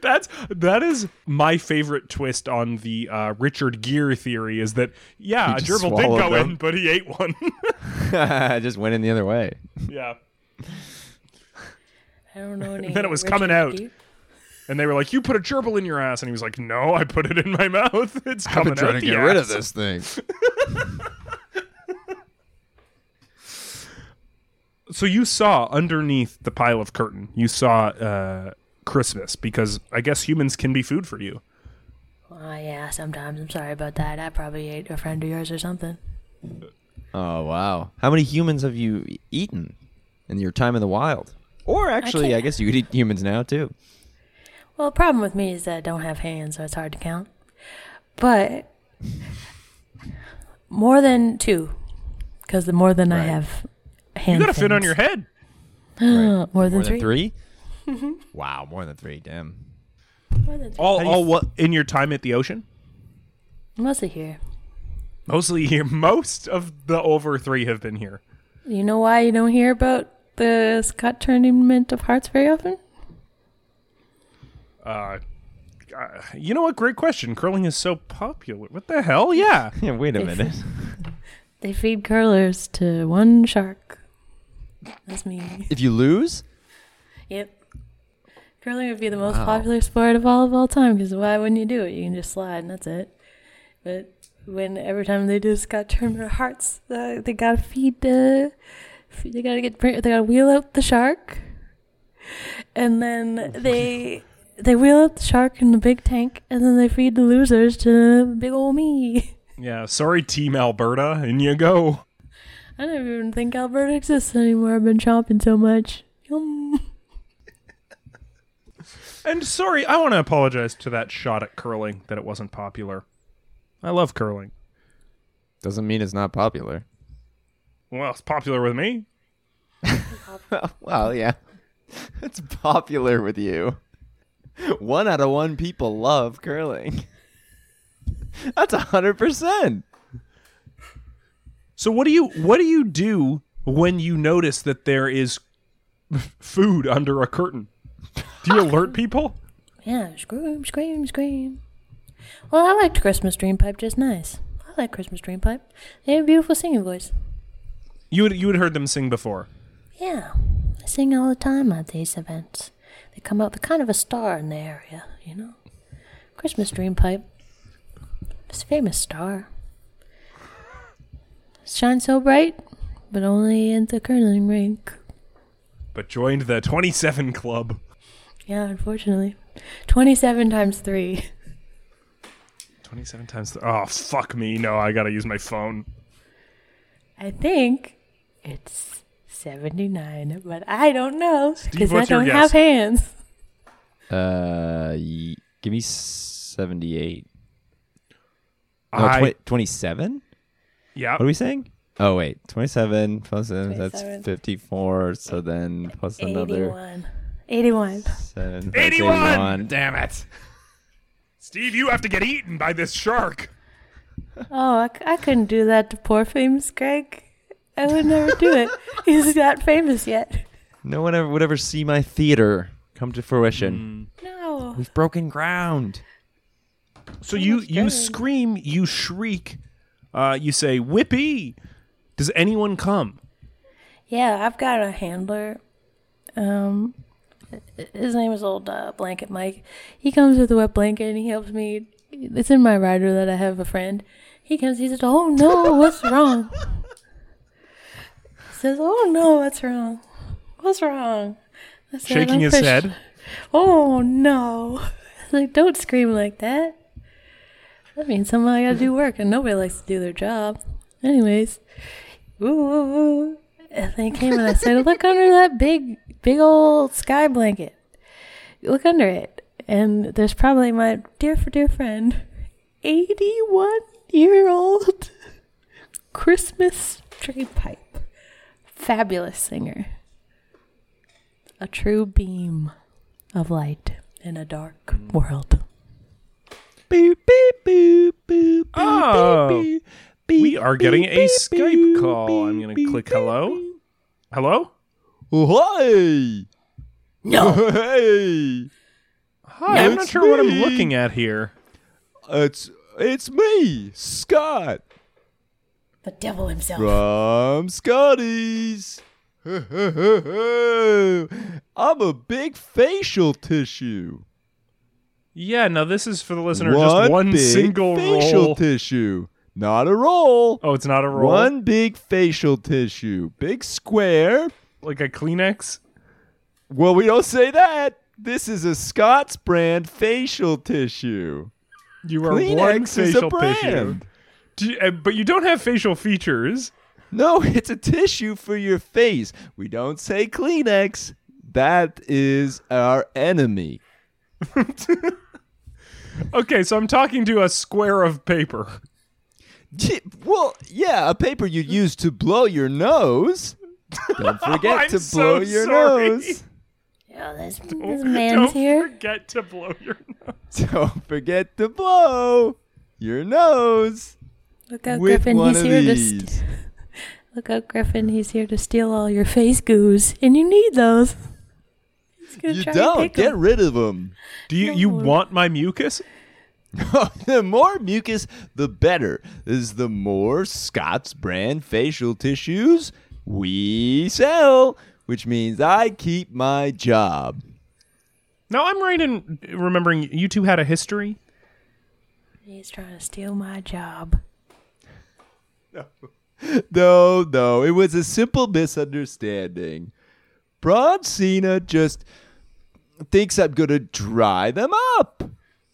[SPEAKER 1] That's that is my favorite twist on the uh, Richard Gere theory is that yeah, a
[SPEAKER 2] just
[SPEAKER 1] gerbil did
[SPEAKER 2] swallowed
[SPEAKER 1] go in,
[SPEAKER 2] them.
[SPEAKER 1] but he ate one.
[SPEAKER 2] I just went in the other way.
[SPEAKER 1] yeah.
[SPEAKER 3] I don't know. Any
[SPEAKER 1] Then it was coming out.
[SPEAKER 3] Gere-
[SPEAKER 1] And they were like, "You put a gerbil in your ass," and he was like, "No, I put it in my mouth. It's
[SPEAKER 2] I've
[SPEAKER 1] coming
[SPEAKER 2] been trying
[SPEAKER 1] out
[SPEAKER 2] to
[SPEAKER 1] the
[SPEAKER 2] get rid of
[SPEAKER 1] ass."
[SPEAKER 2] this thing.
[SPEAKER 1] So you saw underneath the pile of curtain, you saw uh, Christmas because I guess humans can be food for you.
[SPEAKER 3] Oh, yeah, sometimes. I'm sorry about that. I probably ate a friend of yours or something.
[SPEAKER 2] Oh wow! How many humans have you eaten in your time in the wild? Or actually, I,
[SPEAKER 3] can't-
[SPEAKER 2] guess you could eat humans now too.
[SPEAKER 3] Well, the problem with me is that I don't have hands, so it's hard to count. But more than two, because the more than I
[SPEAKER 2] Right.
[SPEAKER 3] have
[SPEAKER 1] You
[SPEAKER 3] hands.
[SPEAKER 1] got a fin on your head.
[SPEAKER 3] Uh, More than,
[SPEAKER 2] More
[SPEAKER 3] three. Mm-hmm.
[SPEAKER 2] than three? wow, more than three. Damn.
[SPEAKER 3] More than three.
[SPEAKER 1] All, all what in your time at the ocean?
[SPEAKER 3] Mostly here.
[SPEAKER 1] Mostly here. Most of the over three have been here.
[SPEAKER 3] You know why you don't hear about the Scott Tournament of Hearts very often?
[SPEAKER 1] Uh, You know what? Great question. Curling is so popular. What the hell? Yeah.
[SPEAKER 2] Yeah, wait a
[SPEAKER 3] If-
[SPEAKER 2] minute.
[SPEAKER 3] They feed curlers to one shark. That's me.
[SPEAKER 2] if you lose,
[SPEAKER 3] Yep. Curling would be the most popular sport of all of all time because why wouldn't you do it? You can just slide and that's it. But when every time they do Scott Turner Hearts, uh, they gotta feed the, feed- they gotta get they gotta wheel out the shark, and then they they wheel out the shark in the big tank, and then they feed the losers to big ol' me.
[SPEAKER 1] Yeah. Sorry, Team Alberta. In you go.
[SPEAKER 3] I don't even think Alberta exists anymore. I've been chomping so much. Yum.
[SPEAKER 1] And sorry, I want to apologize to that shot at curling that it wasn't popular. I love curling.
[SPEAKER 2] doesn't mean it's not popular.
[SPEAKER 1] Well, it's popular with me.
[SPEAKER 2] Well, yeah. It's popular with you. One out of one people love curling. That's a hundred percent.
[SPEAKER 1] So what do you what do you do when you notice that there is f- food under a curtain? Do you alert people?
[SPEAKER 3] Yeah, scream, scream, scream. Well, I liked Christmas Dream Pipe just nice. I like Christmas Dream Pipe. They have a beautiful singing voice.
[SPEAKER 1] You had, you had heard them sing before.
[SPEAKER 3] Yeah, I sing all the time at these events. They come out, they're kind of a star in the area, you know? Christmas Dream Pipe. It's a famous star. Shines so bright, but only in the curling rink.
[SPEAKER 1] But joined the 27 club.
[SPEAKER 3] Yeah, unfortunately. 27 times 3.
[SPEAKER 1] 27 times. Th- oh fuck me. No, I got to use my phone.
[SPEAKER 3] I think it's 79, but I don't know because I
[SPEAKER 1] what's your
[SPEAKER 3] don't
[SPEAKER 1] guess?
[SPEAKER 3] have hands.
[SPEAKER 2] Uh, y- give me seventy-eight.
[SPEAKER 1] I-
[SPEAKER 2] No, twenty-seven.
[SPEAKER 1] Yeah.
[SPEAKER 2] What are we saying? Oh wait, twenty-seven plus seven, that's
[SPEAKER 3] 27.
[SPEAKER 2] fifty-four. So then plus another
[SPEAKER 3] 81. 81.
[SPEAKER 2] seven. that's
[SPEAKER 1] 81!
[SPEAKER 2] Damn it!
[SPEAKER 1] Steve, you have to get eaten by this shark.
[SPEAKER 3] Oh, I, c- I couldn't do that to poor famous Greg. I would never do it. He's not famous yet.
[SPEAKER 2] No one ever would ever see my theater come to fruition.
[SPEAKER 3] No.
[SPEAKER 2] We've broken ground.
[SPEAKER 1] So you you scream, you shriek, uh, you say "Whippy!" Does anyone come?
[SPEAKER 3] Yeah, I've got a handler. Um, his name is old uh, Blanket Mike. He comes with a wet blanket and he helps me. It's in my rider that I have a friend. He comes. He says, "Oh no, what's wrong?" He says, "Oh no, what's wrong? What's wrong?" I said,
[SPEAKER 1] Shaking
[SPEAKER 3] "I'm
[SPEAKER 1] his
[SPEAKER 3] fish-
[SPEAKER 1] head.
[SPEAKER 3] Oh no! I was like, don't scream like that. That means somebody got to do work, and nobody likes to do their job. Anyways, ooh, ooh, ooh. And they came and I said, look under that big, big old sky blanket. Look under it, and there's probably my dear, dear friend, eighty-one-year-old Christmas tree pipe, fabulous singer, a
[SPEAKER 2] Mm.
[SPEAKER 3] true beam of light in a dark world.
[SPEAKER 2] boop, boop, boop, boop, boop,
[SPEAKER 1] Oh.
[SPEAKER 2] boop, boop,
[SPEAKER 1] We are getting
[SPEAKER 2] boop,
[SPEAKER 1] a
[SPEAKER 2] boop,
[SPEAKER 1] Skype
[SPEAKER 2] boop,
[SPEAKER 1] call. I'm
[SPEAKER 2] boop,
[SPEAKER 1] going to
[SPEAKER 2] boop,
[SPEAKER 1] click
[SPEAKER 2] boop,
[SPEAKER 1] hello. Hello?
[SPEAKER 2] boop.
[SPEAKER 3] No.
[SPEAKER 2] Oh, Hi. Hey.
[SPEAKER 1] Hi, I'm not
[SPEAKER 2] it's
[SPEAKER 1] sure what I'm
[SPEAKER 2] me.
[SPEAKER 1] looking at here.
[SPEAKER 2] It's it's me, Scott
[SPEAKER 3] The devil himself.
[SPEAKER 2] from Scotty's. I'm a big facial tissue.
[SPEAKER 1] Yeah, no, this is for the listener.
[SPEAKER 2] one
[SPEAKER 1] just one
[SPEAKER 2] big
[SPEAKER 1] single
[SPEAKER 2] facial
[SPEAKER 1] roll.
[SPEAKER 2] tissue, not a roll.
[SPEAKER 1] oh, it's not a roll.
[SPEAKER 2] One big facial tissue, big square.
[SPEAKER 1] Like a Kleenex?
[SPEAKER 2] Well, we don't say that. This is a Scott's brand facial tissue.
[SPEAKER 1] You are one
[SPEAKER 2] Kleenex is a
[SPEAKER 1] facial tissue.
[SPEAKER 2] brand.
[SPEAKER 1] Do you- uh, but you don't have facial features.
[SPEAKER 2] No, it's a tissue for your face. We don't say Kleenex. That is our enemy.
[SPEAKER 1] Okay, so I'm talking to a square of paper.
[SPEAKER 2] T- Well, yeah, a paper you use to blow your nose. Don't
[SPEAKER 1] I'm
[SPEAKER 2] forget to
[SPEAKER 1] so
[SPEAKER 2] blow your
[SPEAKER 1] sorry.
[SPEAKER 2] nose.
[SPEAKER 3] Oh, this, this man's
[SPEAKER 1] don't
[SPEAKER 3] here.
[SPEAKER 1] forget to blow your nose.
[SPEAKER 2] Don't forget to blow your nose
[SPEAKER 3] Look out,
[SPEAKER 2] with
[SPEAKER 3] Oh, Griffin.
[SPEAKER 2] one
[SPEAKER 3] He's
[SPEAKER 2] of
[SPEAKER 3] here to.
[SPEAKER 2] these.
[SPEAKER 3] St- Look out, Griffin. He's here to steal all your face goos, and you need those. He's gonna
[SPEAKER 2] you
[SPEAKER 3] try
[SPEAKER 2] don't
[SPEAKER 3] And pick
[SPEAKER 2] get
[SPEAKER 3] 'em.
[SPEAKER 2] rid of them.
[SPEAKER 1] Do you you
[SPEAKER 3] No.
[SPEAKER 1] want my mucus?
[SPEAKER 2] the more mucus, the better. This is the more Scott's brand facial tissues we sell, which means I keep my job.
[SPEAKER 1] No, I'm right in remembering you two had a history.
[SPEAKER 3] He's trying to steal my job.
[SPEAKER 2] No, no, it was a simple misunderstanding. Braun Cena just thinks I'm gonna dry them up,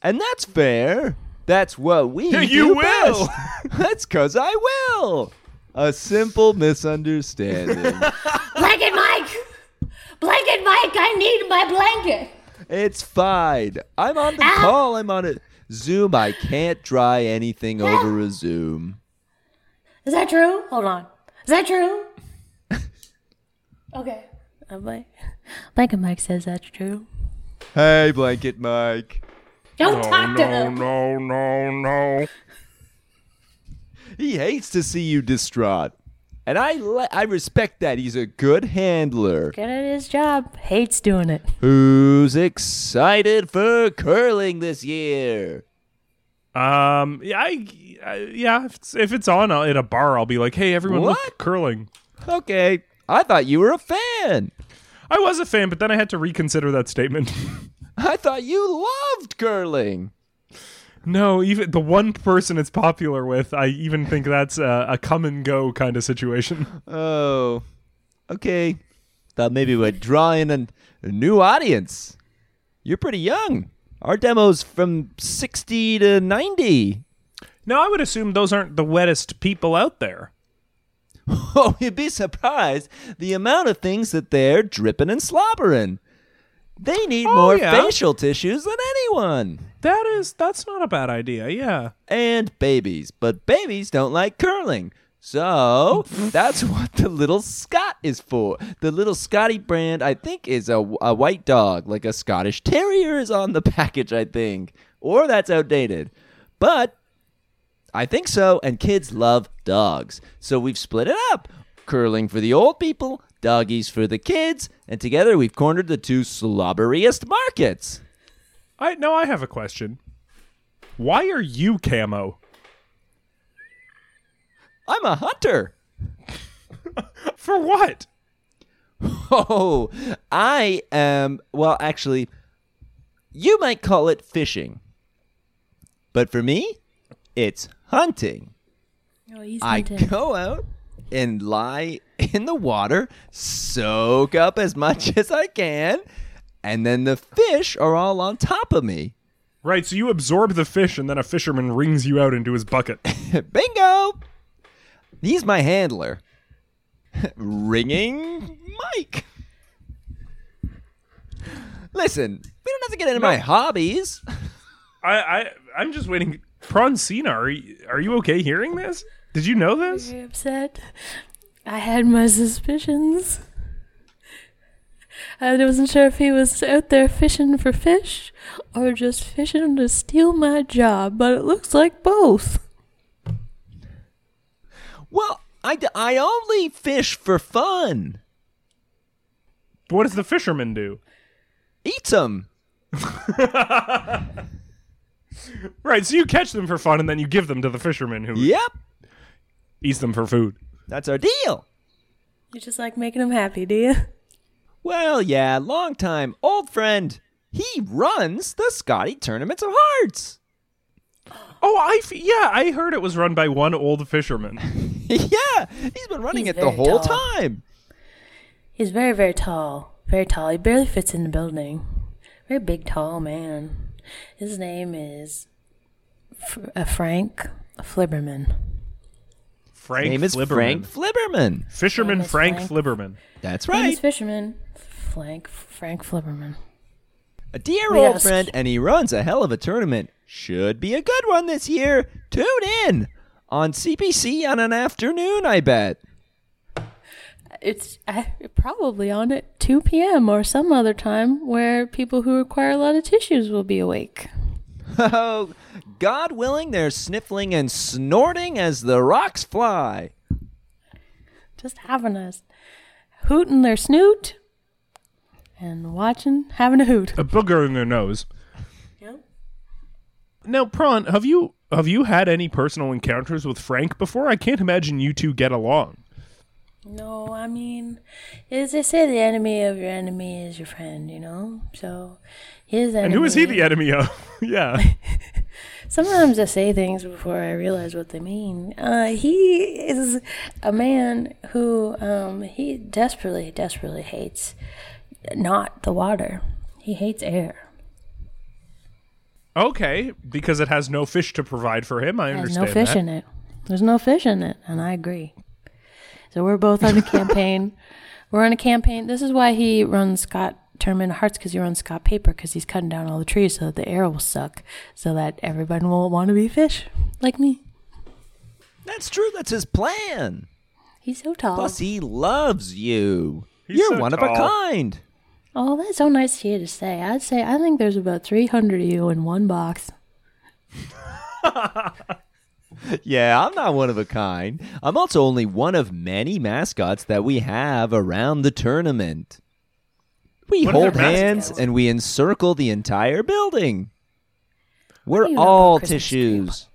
[SPEAKER 2] and that's fair. That's what we
[SPEAKER 1] Yeah,
[SPEAKER 2] do
[SPEAKER 1] you will.
[SPEAKER 2] best. that's cause I will. A simple misunderstanding.
[SPEAKER 4] Blanket Mike! Blanket Mike, I need my blanket!
[SPEAKER 2] It's fine. I'm on the call. I'm on a Zoom. I can't dry anything over a Zoom.
[SPEAKER 4] Is that true? Hold on. Is that true?
[SPEAKER 3] Okay. I'm like, Mike and Mike says that's true.
[SPEAKER 2] Hey, Blanket Mike.
[SPEAKER 4] Don't talk to
[SPEAKER 1] no,
[SPEAKER 4] him!
[SPEAKER 1] no, no, no.
[SPEAKER 2] He hates to see you distraught. And I, li- I respect that. He's a good handler
[SPEAKER 3] Good at his job. Hates doing it.
[SPEAKER 2] who's excited for curling this year.
[SPEAKER 1] Um, yeah, I, I yeah, if it's, if it's on I'll, at a bar, I'll be like, hey, everyone, look,
[SPEAKER 2] What?
[SPEAKER 1] curling.
[SPEAKER 2] Okay, I thought you were a fan.
[SPEAKER 1] I was a fan, but then I had to reconsider that statement.
[SPEAKER 2] I thought you loved curling.
[SPEAKER 1] no, even the one person it's popular with, I even think that's a, a come and go kind of situation.
[SPEAKER 2] Oh, okay. Thought maybe we'd draw in an, a new audience. You're pretty young. Our demo's from 60 to 90.
[SPEAKER 1] No, I would assume those aren't the wettest people out there.
[SPEAKER 2] Oh, you'd be surprised the amount of things that they're dripping and slobbering. They need more
[SPEAKER 1] yeah.
[SPEAKER 2] facial tissues than anyone.
[SPEAKER 1] That is, that's not a bad idea. Yeah.
[SPEAKER 2] And babies, but babies don't like curling. So that's what the little Scott is for. The little Scotty brand, I think, is a, a white dog, like a Scottish Terrier is on the package, I think. Or that's outdated. But I think so, and kids love dogs. So we've split it up curling for the old people, doggies for the kids, and together we've cornered the two slobberiest markets.
[SPEAKER 1] I no, I have a question. Why are you camo?
[SPEAKER 2] I'm a hunter.
[SPEAKER 1] For what?
[SPEAKER 2] Oh, I am. Well, actually, you might call it fishing. But for me, it's hunting.
[SPEAKER 3] Oh, he's
[SPEAKER 2] I
[SPEAKER 3] hunting.
[SPEAKER 2] go out and lie in the water, soak up as much as I can, and then the fish are all on top of me.
[SPEAKER 1] Right, so you absorb the fish and then a fisherman rings you out into his bucket.
[SPEAKER 2] Bingo! He's my handler. Ringing Mike. Listen, we don't have to get into my hobbies.
[SPEAKER 1] I, I I'm just waiting. Proncina, are you, are you okay hearing this? Did you know this?
[SPEAKER 3] Very upset. I had my suspicions. I wasn't sure if he was out there fishing for fish or just fishing to steal my job, but it looks like both.
[SPEAKER 2] Well, I, d- I only fish for fun.
[SPEAKER 1] What does the fisherman do?
[SPEAKER 2] Eat 'em.
[SPEAKER 1] Right, so you catch them for fun and then you give them to the fisherman who
[SPEAKER 2] Yep,
[SPEAKER 1] eats them for food.
[SPEAKER 2] that's our deal.
[SPEAKER 3] You just like making them happy, do you?
[SPEAKER 2] Well, yeah, long time old friend. He runs the Scotty Tournaments of Hearts.
[SPEAKER 1] Oh, I f- yeah, I heard it was run by one old fisherman.
[SPEAKER 2] yeah, he's been running
[SPEAKER 3] He's
[SPEAKER 2] it the
[SPEAKER 3] very
[SPEAKER 2] whole
[SPEAKER 3] tall.
[SPEAKER 2] time.
[SPEAKER 3] He's very, very tall. Very tall. He barely fits in the building. Very big, tall man. His name is F- uh, Frank Flibberman.
[SPEAKER 1] Frank
[SPEAKER 2] Name is
[SPEAKER 1] Flibberman.
[SPEAKER 2] Frank Flibberman.
[SPEAKER 1] Fisherman
[SPEAKER 3] Name is
[SPEAKER 1] Frank,
[SPEAKER 3] Frank.
[SPEAKER 1] Flibberman.
[SPEAKER 2] That's
[SPEAKER 3] Name
[SPEAKER 2] right.
[SPEAKER 3] is Fisherman. Frank Frank Flibberman.
[SPEAKER 2] A dear
[SPEAKER 3] We
[SPEAKER 2] old
[SPEAKER 3] ask-
[SPEAKER 2] friend, and he runs a hell of a tournament. Should be a good one this year. Tune in on CBC on an afternoon, I bet.
[SPEAKER 3] It's uh, probably on at 2 p.m. or some other time where people who require a lot of tissues will be awake.
[SPEAKER 2] Oh, God willing, they're sniffling and snorting as the rocks fly.
[SPEAKER 3] Just having a s- hoot in their snoot and watching, having a hoot.
[SPEAKER 1] A booger in their nose. Now, Prawn, have you have you had any personal encounters with Frank before? I can't imagine you two get along.
[SPEAKER 3] No, I mean, as they say, the enemy of your enemy is your friend, you know? So, his enemy.
[SPEAKER 1] And who is he the enemy of? yeah.
[SPEAKER 3] Sometimes I say things before I realize what they mean. Uh, he is a man who um, he desperately, desperately hates not the water. He hates air.
[SPEAKER 1] Okay, because it has no fish to provide for him. I
[SPEAKER 3] There's
[SPEAKER 1] understand.
[SPEAKER 3] no fish
[SPEAKER 1] that.
[SPEAKER 3] in it. There's no fish in it, and I agree. So we're both on a campaign. we're on a campaign. This is why he runs Scott Terman Hearts because he runs Scott Paper because he's cutting down all the trees so that the air will suck, so that everybody will want to be fish like me.
[SPEAKER 2] That's true. That's his plan.
[SPEAKER 3] He's so tall.
[SPEAKER 2] Plus, he loves you.
[SPEAKER 1] He's
[SPEAKER 2] You're
[SPEAKER 1] so
[SPEAKER 2] one of a
[SPEAKER 1] tall.
[SPEAKER 2] kind.
[SPEAKER 3] Oh, that's so nice of you to say. I'd say I think there's about 300 of you in one box.
[SPEAKER 2] Yeah, I'm not one of a kind. I'm also only one of many mascots that we have around the tournament. We
[SPEAKER 1] What
[SPEAKER 2] hold
[SPEAKER 1] other
[SPEAKER 2] hands
[SPEAKER 1] mascots?
[SPEAKER 2] and we encircle the entire building. We're
[SPEAKER 3] do you know
[SPEAKER 2] all
[SPEAKER 3] about Christmas
[SPEAKER 2] tissues.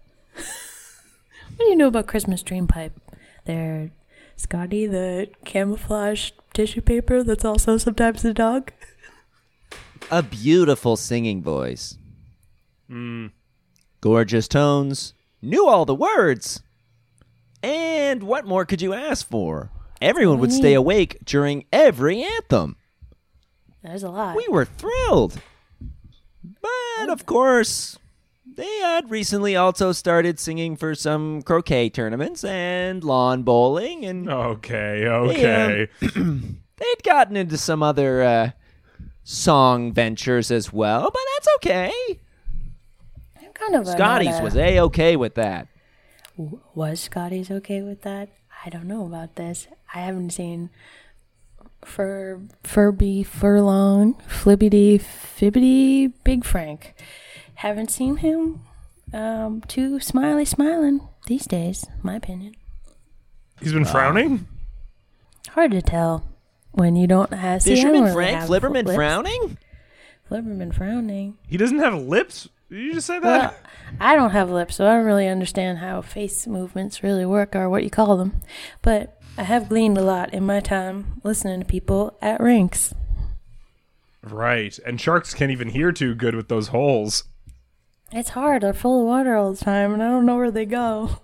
[SPEAKER 3] What do you know about Christmas Dream Pipe? They're Scotty, the camouflage tissue paper that's also sometimes a dog.
[SPEAKER 2] A beautiful singing voice.
[SPEAKER 3] Hmm.
[SPEAKER 2] Gorgeous tones. Knew all the words. And what more could you ask for? Everyone would stay awake during every anthem.
[SPEAKER 3] There's a lot.
[SPEAKER 2] We were thrilled. But of course, they had recently also started singing for some croquet tournaments and lawn bowling, and
[SPEAKER 3] Oh.
[SPEAKER 1] Okay, okay.
[SPEAKER 2] they'd gotten into some other uh, song ventures as well, but that's okay.
[SPEAKER 3] I'm kind of a-
[SPEAKER 2] Scotty's
[SPEAKER 3] not uh, a-
[SPEAKER 2] was A okay with that.
[SPEAKER 3] was Scotty's okay with that? I don't know about this. I haven't seen Fur Furby Furlong Flibbity Fibbity Big Frank. Haven't seen him. Um, too smiley smiling these days, my opinion.
[SPEAKER 1] He's been frowning?
[SPEAKER 3] Hard to tell when you don't have see, I don't
[SPEAKER 2] Fisherman
[SPEAKER 3] really
[SPEAKER 2] Frank
[SPEAKER 3] have
[SPEAKER 2] Flibberman
[SPEAKER 3] lips.
[SPEAKER 2] frowning?
[SPEAKER 3] Flibberman frowning.
[SPEAKER 1] He doesn't have lips? Did you just say
[SPEAKER 3] Well,
[SPEAKER 1] that?
[SPEAKER 3] I don't have lips, so I don't really understand how face movements really work or what you call them. But I have gleaned a lot in my time listening to people at rinks.
[SPEAKER 1] right. And sharks can't even hear too good with those holes.
[SPEAKER 3] It's hard. They're full of water all the time, and I don't know where they go.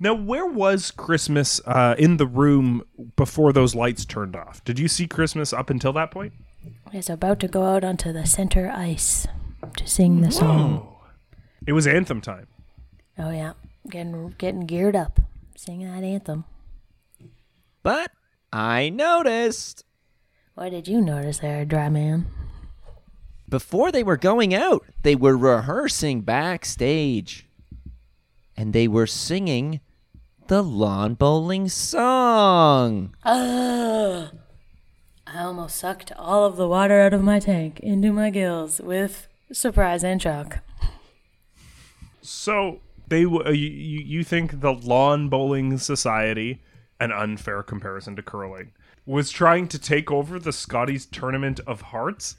[SPEAKER 1] Now, where was Christmas uh, in the room before those lights turned off? Did you see Christmas up until that point?
[SPEAKER 3] It's about to go out onto the center ice to sing the song.
[SPEAKER 1] It was anthem time.
[SPEAKER 3] Oh yeah, getting getting geared up, sing that anthem.
[SPEAKER 2] But I noticed
[SPEAKER 3] What did you notice there, dry man?
[SPEAKER 2] before they were going out, they were rehearsing backstage. And they were singing the lawn bowling song.
[SPEAKER 3] Oh, oh, I almost sucked all of the water out of my tank into my gills with surprise and shock.
[SPEAKER 1] So they w- uh, you, you you think the lawn bowling society, an unfair comparison to curling, was trying to take over the Scotties tournament of hearts?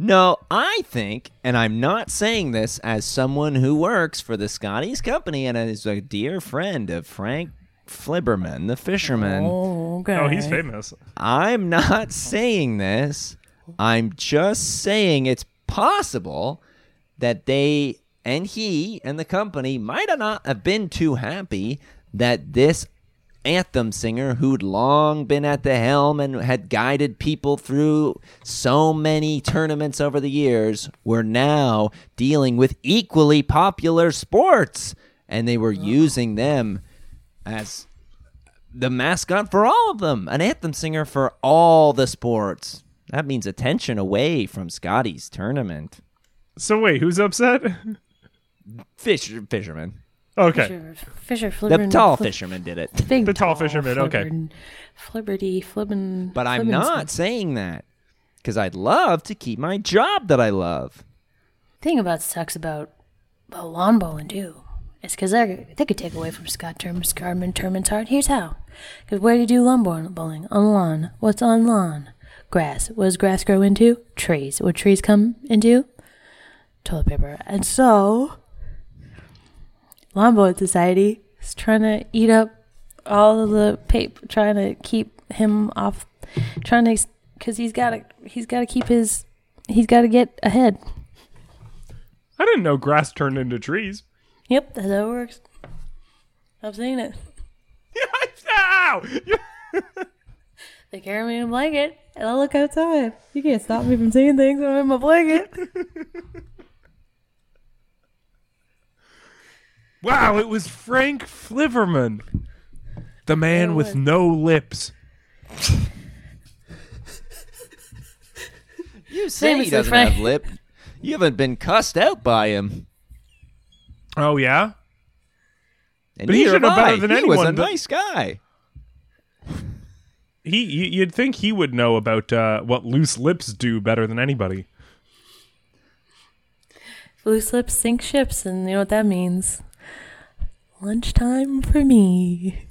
[SPEAKER 2] No, I think, and I'm not saying this as someone who works for the Scotties company and is a dear friend of Frank Flibberman, the fisherman.
[SPEAKER 3] Oh, okay.
[SPEAKER 1] Oh, he's famous.
[SPEAKER 2] I'm not saying this. I'm just saying it's possible that they and he and the company might have not have been too happy that this anthem singer who'd long been at the helm and had guided people through so many tournaments over the years were now dealing with equally popular sports and they were using them as the mascot for all of them, an anthem singer for all the sports. That means attention away from Scotty's tournament.
[SPEAKER 1] So wait, who's upset?
[SPEAKER 2] Fish, fisherman,
[SPEAKER 1] Okay,
[SPEAKER 3] Fisher, Fisher
[SPEAKER 2] the
[SPEAKER 3] Flibberman.
[SPEAKER 2] tall fisherman did it.
[SPEAKER 3] Big
[SPEAKER 1] The tall fisherman, okay.
[SPEAKER 3] Flibberman- Flibberty, Flibbin.
[SPEAKER 2] But I'm
[SPEAKER 3] Flibbinson.
[SPEAKER 2] not saying that because I'd love to keep my job that I love.
[SPEAKER 3] Thing about sucks about, about lawn bowling, too, is because they could take away from Scott Term, Scarman, Terman's heart. Here's how. Because where do you do lawn bowling? bowling? On lawn. What's on lawn? Grass. What does grass grow into? Trees. What trees come into? Toilet paper. And so, lawn bowling society is trying to eat up all of the paper, trying to keep him off, trying to, because he's got to, he's got to keep his, he's got to get ahead.
[SPEAKER 1] I didn't know grass turned into trees.
[SPEAKER 3] Yep, that's how it works. I've seen it.
[SPEAKER 1] Ow!
[SPEAKER 3] They carry me in a blanket, and I look outside. You can't stop me from seeing things when I'm in my blanket.
[SPEAKER 1] Wow, it was Frank Fliverman, the man with no lips.
[SPEAKER 2] You say he
[SPEAKER 3] Famously,
[SPEAKER 2] doesn't
[SPEAKER 3] Frank.
[SPEAKER 2] have lip. You haven't been cussed out by him.
[SPEAKER 1] Oh yeah,
[SPEAKER 2] And
[SPEAKER 1] But he
[SPEAKER 2] neither
[SPEAKER 1] should know
[SPEAKER 2] have I.
[SPEAKER 1] better than
[SPEAKER 2] he was
[SPEAKER 1] anyone,
[SPEAKER 2] a
[SPEAKER 1] but-
[SPEAKER 2] nice guy.
[SPEAKER 1] he you- you'd think he would know about uh, what loose lips do better than anybody.
[SPEAKER 3] Loose lips sink ships, and you know what that means. Lunchtime for me.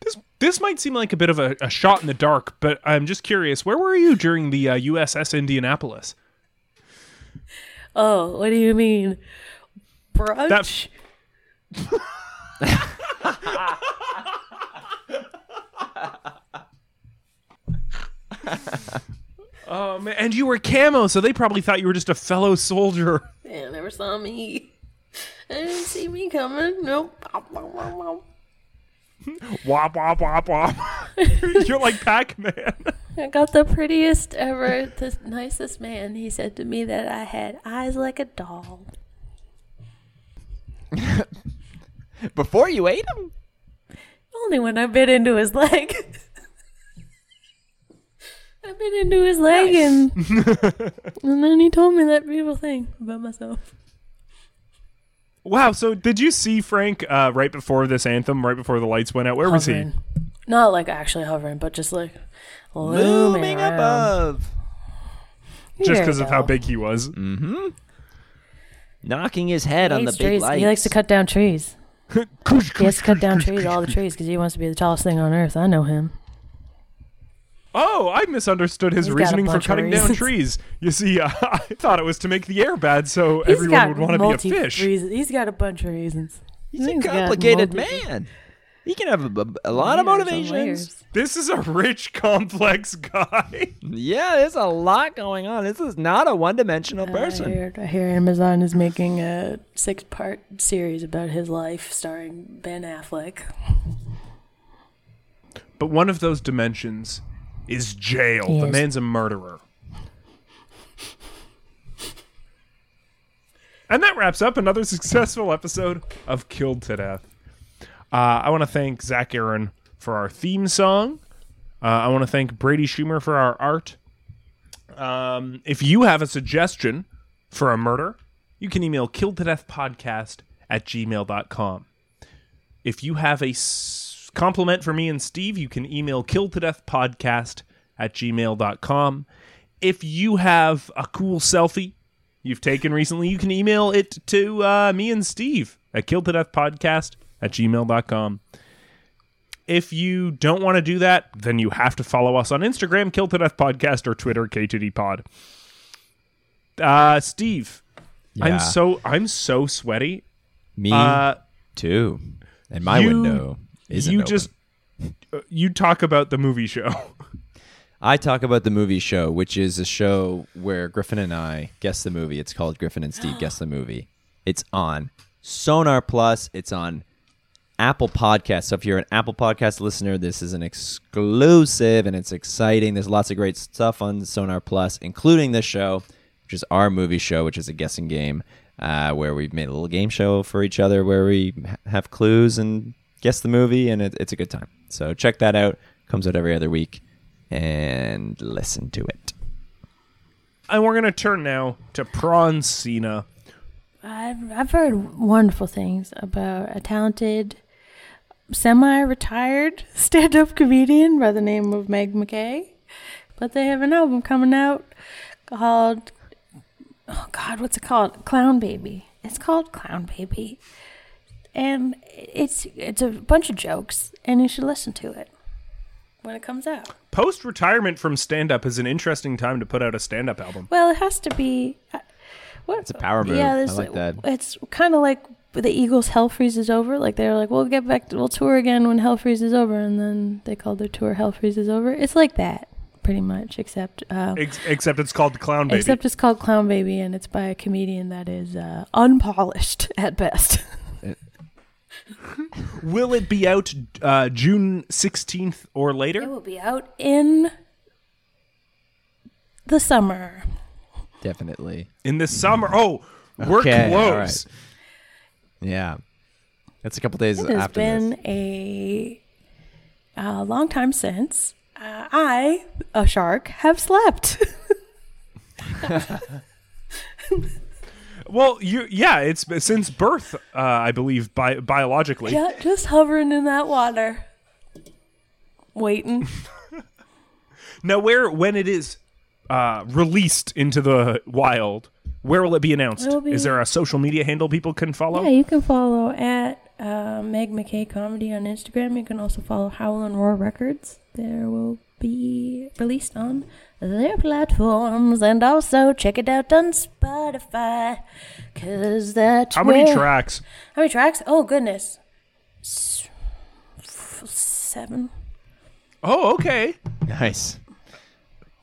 [SPEAKER 1] This this might seem like a bit of a, a shot in the dark, but I'm just curious. Where were you during the uh, USS Indianapolis?
[SPEAKER 3] Oh, what do you mean? Brunch?
[SPEAKER 1] That- Um, and you were camo, so they probably thought you were just a fellow soldier.
[SPEAKER 3] Man, never saw me. I didn't see me coming. Nope.
[SPEAKER 1] Wop wop wop wop. You're like Pac Man.
[SPEAKER 3] I got the prettiest ever, the nicest man. He said to me that I had eyes like a doll.
[SPEAKER 2] Before you ate him,
[SPEAKER 3] Only when I bit into his leg. I bit into his leg and and then he told me that beautiful thing about myself.
[SPEAKER 1] Wow. So did you see Frank uh, right before this anthem? Right before the lights went out? Where was he?
[SPEAKER 3] Not like actually hovering, but just like looming,
[SPEAKER 2] looming
[SPEAKER 3] around.
[SPEAKER 2] above,
[SPEAKER 1] Just
[SPEAKER 3] Here
[SPEAKER 1] because
[SPEAKER 3] we
[SPEAKER 1] of how
[SPEAKER 3] go.
[SPEAKER 1] big he was.
[SPEAKER 2] knocking his head
[SPEAKER 3] He
[SPEAKER 2] on the
[SPEAKER 3] hates
[SPEAKER 2] big
[SPEAKER 3] trees.
[SPEAKER 2] lights.
[SPEAKER 3] He likes to cut down trees. he has to cut down trees, all the trees, because he wants to be the tallest thing on earth. I know him.
[SPEAKER 1] Oh, I misunderstood his
[SPEAKER 3] He's got a
[SPEAKER 1] reasoning for
[SPEAKER 3] bunch of
[SPEAKER 1] cutting down
[SPEAKER 3] reasons.
[SPEAKER 1] trees. You see, uh, I thought it was to make the air bad so
[SPEAKER 3] He's
[SPEAKER 1] everyone
[SPEAKER 3] got
[SPEAKER 1] would want to
[SPEAKER 3] multi
[SPEAKER 1] be a fish.
[SPEAKER 3] Reasons. He's got a bunch of reasons.
[SPEAKER 2] He's a
[SPEAKER 3] He's got
[SPEAKER 2] complicated
[SPEAKER 3] multi-
[SPEAKER 2] man. He can have a, b- a lot of
[SPEAKER 3] Layers on
[SPEAKER 2] motivations.
[SPEAKER 3] layers.
[SPEAKER 1] This is a rich, complex guy.
[SPEAKER 2] Yeah, there's a lot going on. This is not a one-dimensional
[SPEAKER 3] I
[SPEAKER 2] person.
[SPEAKER 3] hear, I hear Amazon is making a six part series about his life starring Ben Affleck.
[SPEAKER 1] but one of those dimensions is jail.
[SPEAKER 3] He
[SPEAKER 1] the
[SPEAKER 3] is.
[SPEAKER 1] man's a murderer. And that wraps up another successful episode of Killed to Death. Uh, I want to thank Zach Aaron for our theme song. Uh, I want to thank Brady Schumer for our art. Um, if you have a suggestion for a murder, you can email killed to death podcast at gmail.com. If you have a s- compliment for me and Steve, you can email killtodeathpodcast at gmail.com. If you have a cool selfie you've taken recently, you can email it to uh, me and Steve at killtodeathpodcast at gmail.com. If you don't want to do that, then you have to follow us on Instagram, Kill to Death Podcast, or Twitter, K2D Pod. Uh, Steve,
[SPEAKER 2] Yeah.
[SPEAKER 1] I'm so I'm so sweaty.
[SPEAKER 2] Me
[SPEAKER 1] Uh,
[SPEAKER 2] too. And my
[SPEAKER 1] you-
[SPEAKER 2] window isn't
[SPEAKER 1] you
[SPEAKER 2] open.
[SPEAKER 1] just uh, you talk about the movie show.
[SPEAKER 2] I talk about the movie show, which is a show where Griffin and I guess the movie. It's called Griffin and Steve Guess the Movie. It's on Sonar Plus. It's on Apple Podcasts. So if you're an Apple Podcast listener, this is an exclusive and it's exciting. There's lots of great stuff on Sonar Plus, including this show, which is our movie show, which is a guessing game uh, where we've made a little game show for each other where we ha- have clues and guess the movie, and it, it's a good time. So check that out. Comes out every other week and listen to it.
[SPEAKER 1] and we're gonna turn now to Prawn Cena.
[SPEAKER 3] I've, I've heard wonderful things about a talented, semi retired stand up comedian by the name of Meg McKay. But they have an album coming out called, oh God, what's it called? Clown Baby. It's called Clown Baby. And it's it's a bunch of jokes, and you should listen to it when it comes out.
[SPEAKER 1] Post retirement from stand up is an interesting time to put out a stand up album.
[SPEAKER 3] Well, it has to be. uh, What? It's
[SPEAKER 2] a power move. I like that.
[SPEAKER 3] It's kind of like the Eagles' Hell Freeze is over. Like they're like, we'll get back, to, we'll tour again when Hell Freeze is over, and then they called their tour Hell Freeze is over. It's like that, pretty much, except uh,
[SPEAKER 1] Ex- except it's called Clown Baby.
[SPEAKER 3] except it's called Clown Baby, and it's by a comedian that is uh, unpolished at best.
[SPEAKER 1] Will it be out uh, June sixteenth or
[SPEAKER 3] it
[SPEAKER 1] later?
[SPEAKER 3] will be out in the summer.
[SPEAKER 2] Definitely.
[SPEAKER 1] In the summer. Oh, we're
[SPEAKER 2] Okay, all
[SPEAKER 1] close.
[SPEAKER 2] right. Yeah. That's a couple days
[SPEAKER 3] It has
[SPEAKER 2] after
[SPEAKER 3] been
[SPEAKER 2] this.
[SPEAKER 3] a, a long time since uh, I, a shark, have slept.
[SPEAKER 1] Well, you yeah, it's been- since birth, uh, I believe, bi- biologically.
[SPEAKER 3] yeah, just hovering in that water, waiting.
[SPEAKER 1] Now, where when it is uh, released into the wild, where will it be announced?
[SPEAKER 3] It'll be-
[SPEAKER 1] Is there a social media handle people can follow?
[SPEAKER 3] yeah, you can follow at uh, Meg McKay Comedy on Instagram. You can also follow Howl and Roar Records. There will be released on their platforms, and also check it out on Spotify, cause that's
[SPEAKER 1] How many
[SPEAKER 3] where-
[SPEAKER 1] tracks?
[SPEAKER 3] How many tracks? Oh goodness, S- f- seven.
[SPEAKER 1] Oh, okay.
[SPEAKER 2] Nice.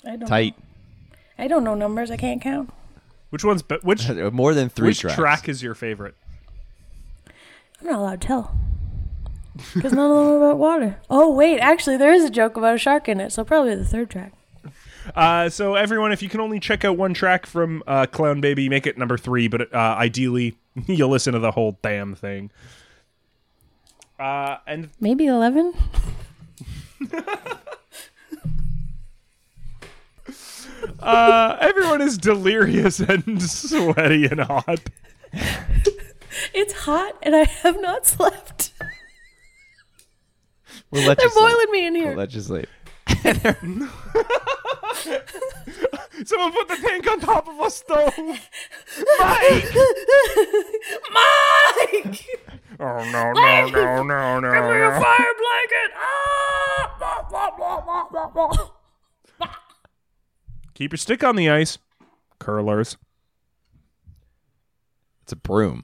[SPEAKER 3] I don't.
[SPEAKER 2] Tight.
[SPEAKER 3] I don't know numbers. I can't count.
[SPEAKER 1] Which one's be- which
[SPEAKER 2] More than three
[SPEAKER 1] which
[SPEAKER 2] tracks.
[SPEAKER 1] track is your favorite?
[SPEAKER 3] I'm not allowed to tell. Because none of them are about water. Oh wait, actually, there is a joke about a shark in it, so probably the third track.
[SPEAKER 1] Uh, so everyone, if you can only check out one track from uh, Clown Baby, make it number three. But uh, ideally, you'll listen to the whole damn thing. Uh, and
[SPEAKER 3] Maybe eleven.
[SPEAKER 1] uh, everyone is delirious and sweaty and hot.
[SPEAKER 3] It's hot, and I have not slept.
[SPEAKER 2] We'll let
[SPEAKER 3] They're
[SPEAKER 2] you sleep.
[SPEAKER 3] boiling me in
[SPEAKER 2] We'll
[SPEAKER 3] here.
[SPEAKER 2] let you sleep.
[SPEAKER 1] Someone put the tank on top of a stove. Mike!
[SPEAKER 3] Mike,
[SPEAKER 1] Oh no no no no no! no.
[SPEAKER 3] fire blanket. Ah! Blah, blah, blah, blah, blah, blah. Ah!
[SPEAKER 1] Keep your stick on the ice, curlers.
[SPEAKER 2] It's a broom.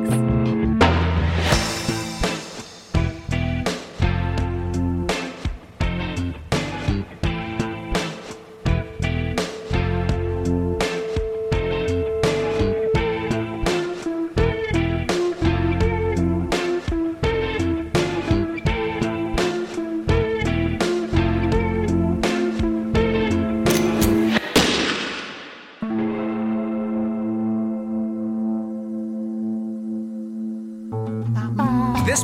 [SPEAKER 5] This